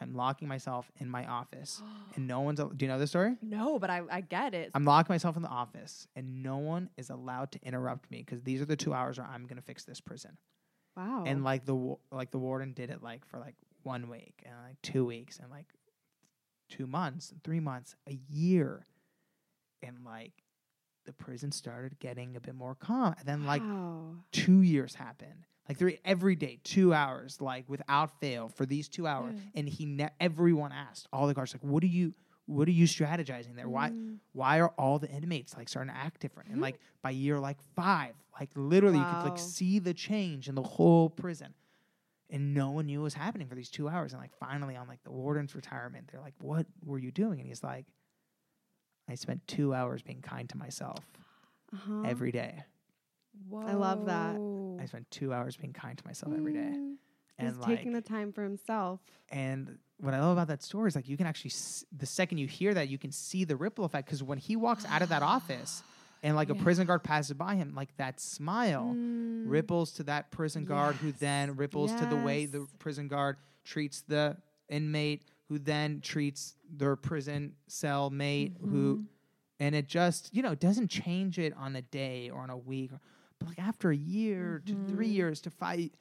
S4: I'm locking myself in my office and no one's, al- do you know this story?
S3: No, but I, I get it.
S4: I'm locking myself in the office and no one is allowed to interrupt me because these are the two hours where I'm going to fix this prison.
S1: <gasps> Wow.
S4: And like the wa- like the warden did it like for like one week and like two weeks and like two months and three months, a year, and like the prison started getting a bit more calm. And then like
S1: Wow.
S4: two years happened. Like three every day, two hours, like without fail for these two hours. And he ne- everyone asked all the guards like, "What are you? What are you strategizing there? Why?
S1: Mm,
S4: Why are all the inmates like starting to act different?" And like by year like five, like literally you could
S1: Hmm. Wow.
S4: like see the change in the whole prison. And no one knew what was happening for these two hours. And like finally on like the warden's retirement, they're like, "What were you doing?" And he's like, "I spent two hours being kind to myself
S1: Uh-huh.
S4: every day.
S1: I love that.
S3: Whoa.
S4: I spent two hours being kind to myself every day."
S1: Mm.
S4: and
S1: He's
S4: like,
S1: taking the time for himself.
S4: and what I love about that story is like you can actually s- the second you hear that you can see the ripple effect because when he walks out of that office and like a prison guard passes by him like that smile
S1: Mm,
S4: ripples to that prison guard who then ripples to the way the
S1: Yes.
S4: prison guard treats the inmate who then treats their prison cell mate who and it just you know doesn't change it on a day or on a week but like after a year to three years to fight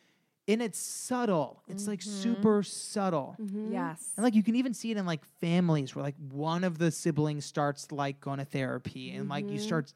S4: and it's subtle it's like super subtle
S1: mm-hmm,
S3: Yes.
S4: and like you can even see it in like
S3: Mm-hmm.
S4: families where like one of the siblings starts like going to therapy and like you start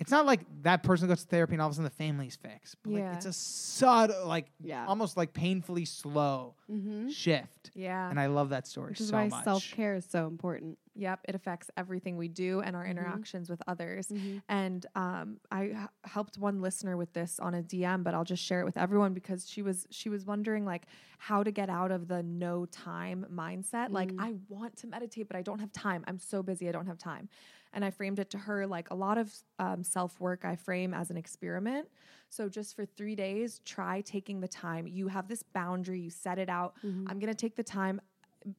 S4: it's not like that person goes to therapy and all of a sudden the family's fixed. But
S3: Yeah.
S4: like it's a subtle, like
S1: Yeah.
S4: almost like painfully slow
S1: Mm-hmm.
S4: shift.
S3: Yeah.
S4: And I love that story
S1: Which is
S4: so
S1: why
S4: much.
S1: self care is so important.
S3: Yep, it affects everything we do and our interactions with others. And um, I h- helped one listener with this on a DM, but I'll just share it with everyone because she was she was wondering like how to get out of the no time mindset. Like I want to meditate, but I don't have time. I'm so busy, I don't have time. And I framed it to her like a lot of um, self work. I frame as an experiment. So just for three days, try taking the time. You have this boundary. You set it out. I'm gonna take the time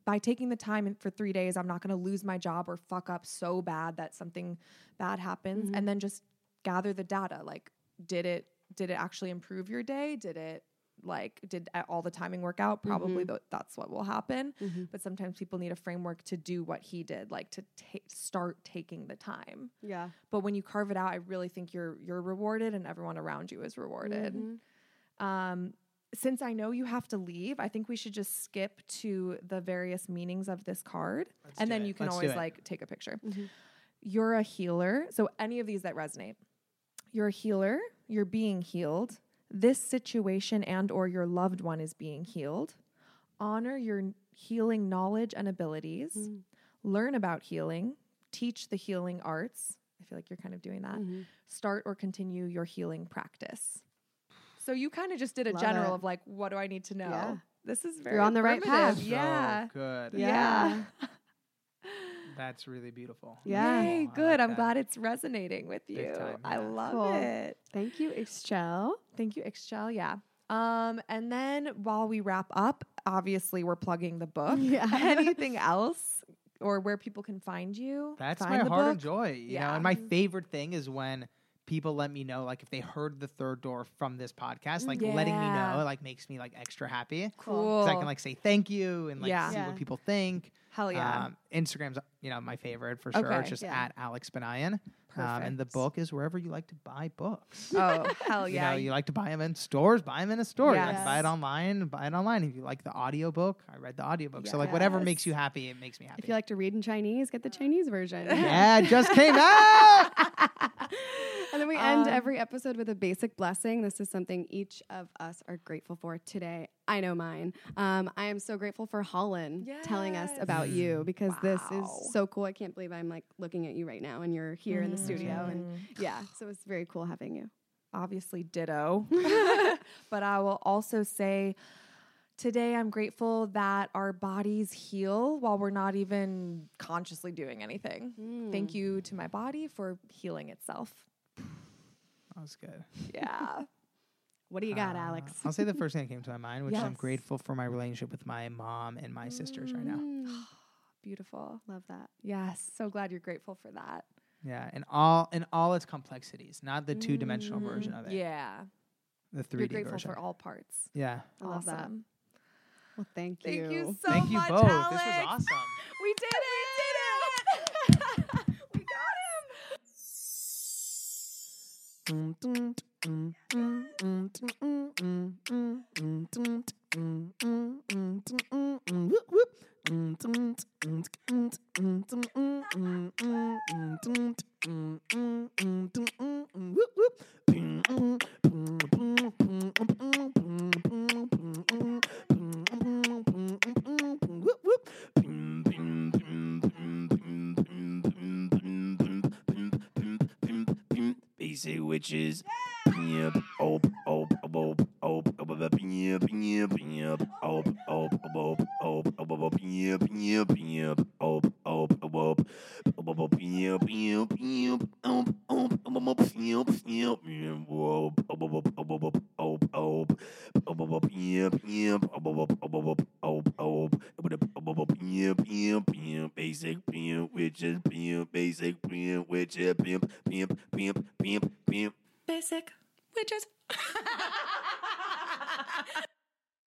S3: by taking the time in- for three days, I'm not going to lose my job or fuck up so bad that something bad happens. And then just gather the data. Like, did it did it actually improve your day? Did it like did a- all the timing work out? Probably tho- that's what will happen. But sometimes people need a framework to do what he did, like to ta- start taking the time.
S1: Yeah.
S3: But when you carve it out, I really think you're you're rewarded, and everyone around you is rewarded
S1: Mm-hmm,
S3: um, since I know you have to leave, I think we should just skip to the various meanings of this card, and
S4: do
S3: then
S4: it.
S3: you can
S4: Let's do
S3: always
S4: it. Mm-hmm.
S3: like take a picture. You're a healer, so any of these that resonate. You're a healer. You're being healed. This situation and or your loved one is being healed. Honor your n- healing knowledge and abilities.
S4: Mm-hmm.
S1: mm-hmm,
S3: Learn about healing. Teach the healing arts. I feel like you're kind of doing that.
S1: mm-hmm.
S3: Start or continue your healing practice. So you kind of just did a
S1: Love
S3: general
S1: it.
S3: of like, what do I need to know?
S1: Yeah.
S3: This is very
S1: on the right
S3: informative.
S1: path.
S4: So
S3: Yeah.
S4: good.
S3: Yeah.
S4: That's really beautiful.
S1: Yeah.
S4: Oh, I
S3: Yay,
S4: like
S3: good. I'm
S4: that.
S3: glad it's resonating with you.
S4: time,
S3: I
S4: yeah.
S3: love
S1: Cool.
S3: it.
S1: Thank you, Excel.
S3: Thank you, Excel. Yeah. Um, and then while we wrap up, obviously we're plugging the
S1: <laughs>
S3: book.
S1: Yeah.
S3: <laughs> Anything else or where people can find you?
S4: That's
S3: find
S4: my
S3: the
S4: heart
S3: book?
S4: and joy. You know,
S3: Yeah.
S4: and my favorite thing is when people let me know, like if they heard the third door from this podcast, like letting me
S3: Yeah.
S4: know, like makes me like extra happy.
S3: Cool.
S4: Because I can like say thank you and like
S3: Yeah.
S4: see
S1: Yeah.
S4: what people think.
S3: Hell yeah.
S4: Um, Instagram's you know my favorite for sure.
S3: Okay,
S4: It's just
S1: yeah.
S4: at Alex Benayan. Um, and the
S3: Perfect.
S4: book is wherever you like to buy books.
S3: oh, hell yeah.
S4: <laughs>
S3: <laughs>
S4: You know, you like to buy them in stores, buy them in a store. You like to buy
S1: Yes.
S4: it online, buy it online. If you like the audiobook, I read the audiobook. So like whatever makes
S3: Yes.
S4: you happy, it makes me happy.
S1: If you like to read in Chinese, get the Chinese version.
S4: <laughs> yeah, it just
S3: <laughs>
S4: came out.
S1: And then we end
S3: Um,
S1: every episode with a basic blessing. This is something each of us are grateful for today. I know mine. Um, I am so grateful for Holland telling us
S3: Yes. Mm,
S1: about you because this
S3: Wow.
S1: is so cool. I can't believe I'm like looking at you right now and you're here in the
S3: Mm.
S1: studio.
S4: Mm-hmm.
S1: And yeah, so it's very cool having you.
S3: obviously <laughs> ditto. but I will also say today I'm grateful that our bodies heal while we're not even consciously doing anything. Thank
S1: Mm.
S3: you to my body for healing itself.
S4: That was good.
S3: Yeah.
S1: What do you got,
S4: Uh,
S1: Alex?
S4: I'll
S3: <laughs>
S4: say the first thing that came to my mind, which is I'm
S3: Yes.
S4: grateful for my relationship with my mom and my sisters right now.
S1: Mm, <gasps>
S3: <laughs> Beautiful.
S1: Love that.
S3: Yes. So glad you're grateful for that.
S4: Yeah, in all in all its complexities, not the two dimensional version of it,
S3: Mm, Yeah.
S4: the
S3: You're
S4: three D
S3: grateful
S4: version.
S3: for all parts.
S4: yeah.
S1: I love that.
S3: Awesome.
S1: Well, thank you.
S3: Thank you so
S4: Thank you
S3: much,
S4: both.
S3: Alex.
S4: This was awesome.
S3: We did it. <laughs> We did it. we got him.
S6: Basic witches. Yep, op, op, op, op, op, op, op, op, yep, yep, yep, op, op, op, op, op, op, op, op, yep, yep, yep, op, op, op, op, op, op, op, yep, yep, yep, op, op, op, op, op, yep, yep, yep, op, op, op, op, op, op, op, op, op, op, op, yep, yep, op, op, op, op, op, op, op, op, op, op, op, op, yep, yep, yep, basic pimp witches, pimp, basic pimp witches, pimp, pimp, pimp, pimp, pimp.
S2: Basic witches.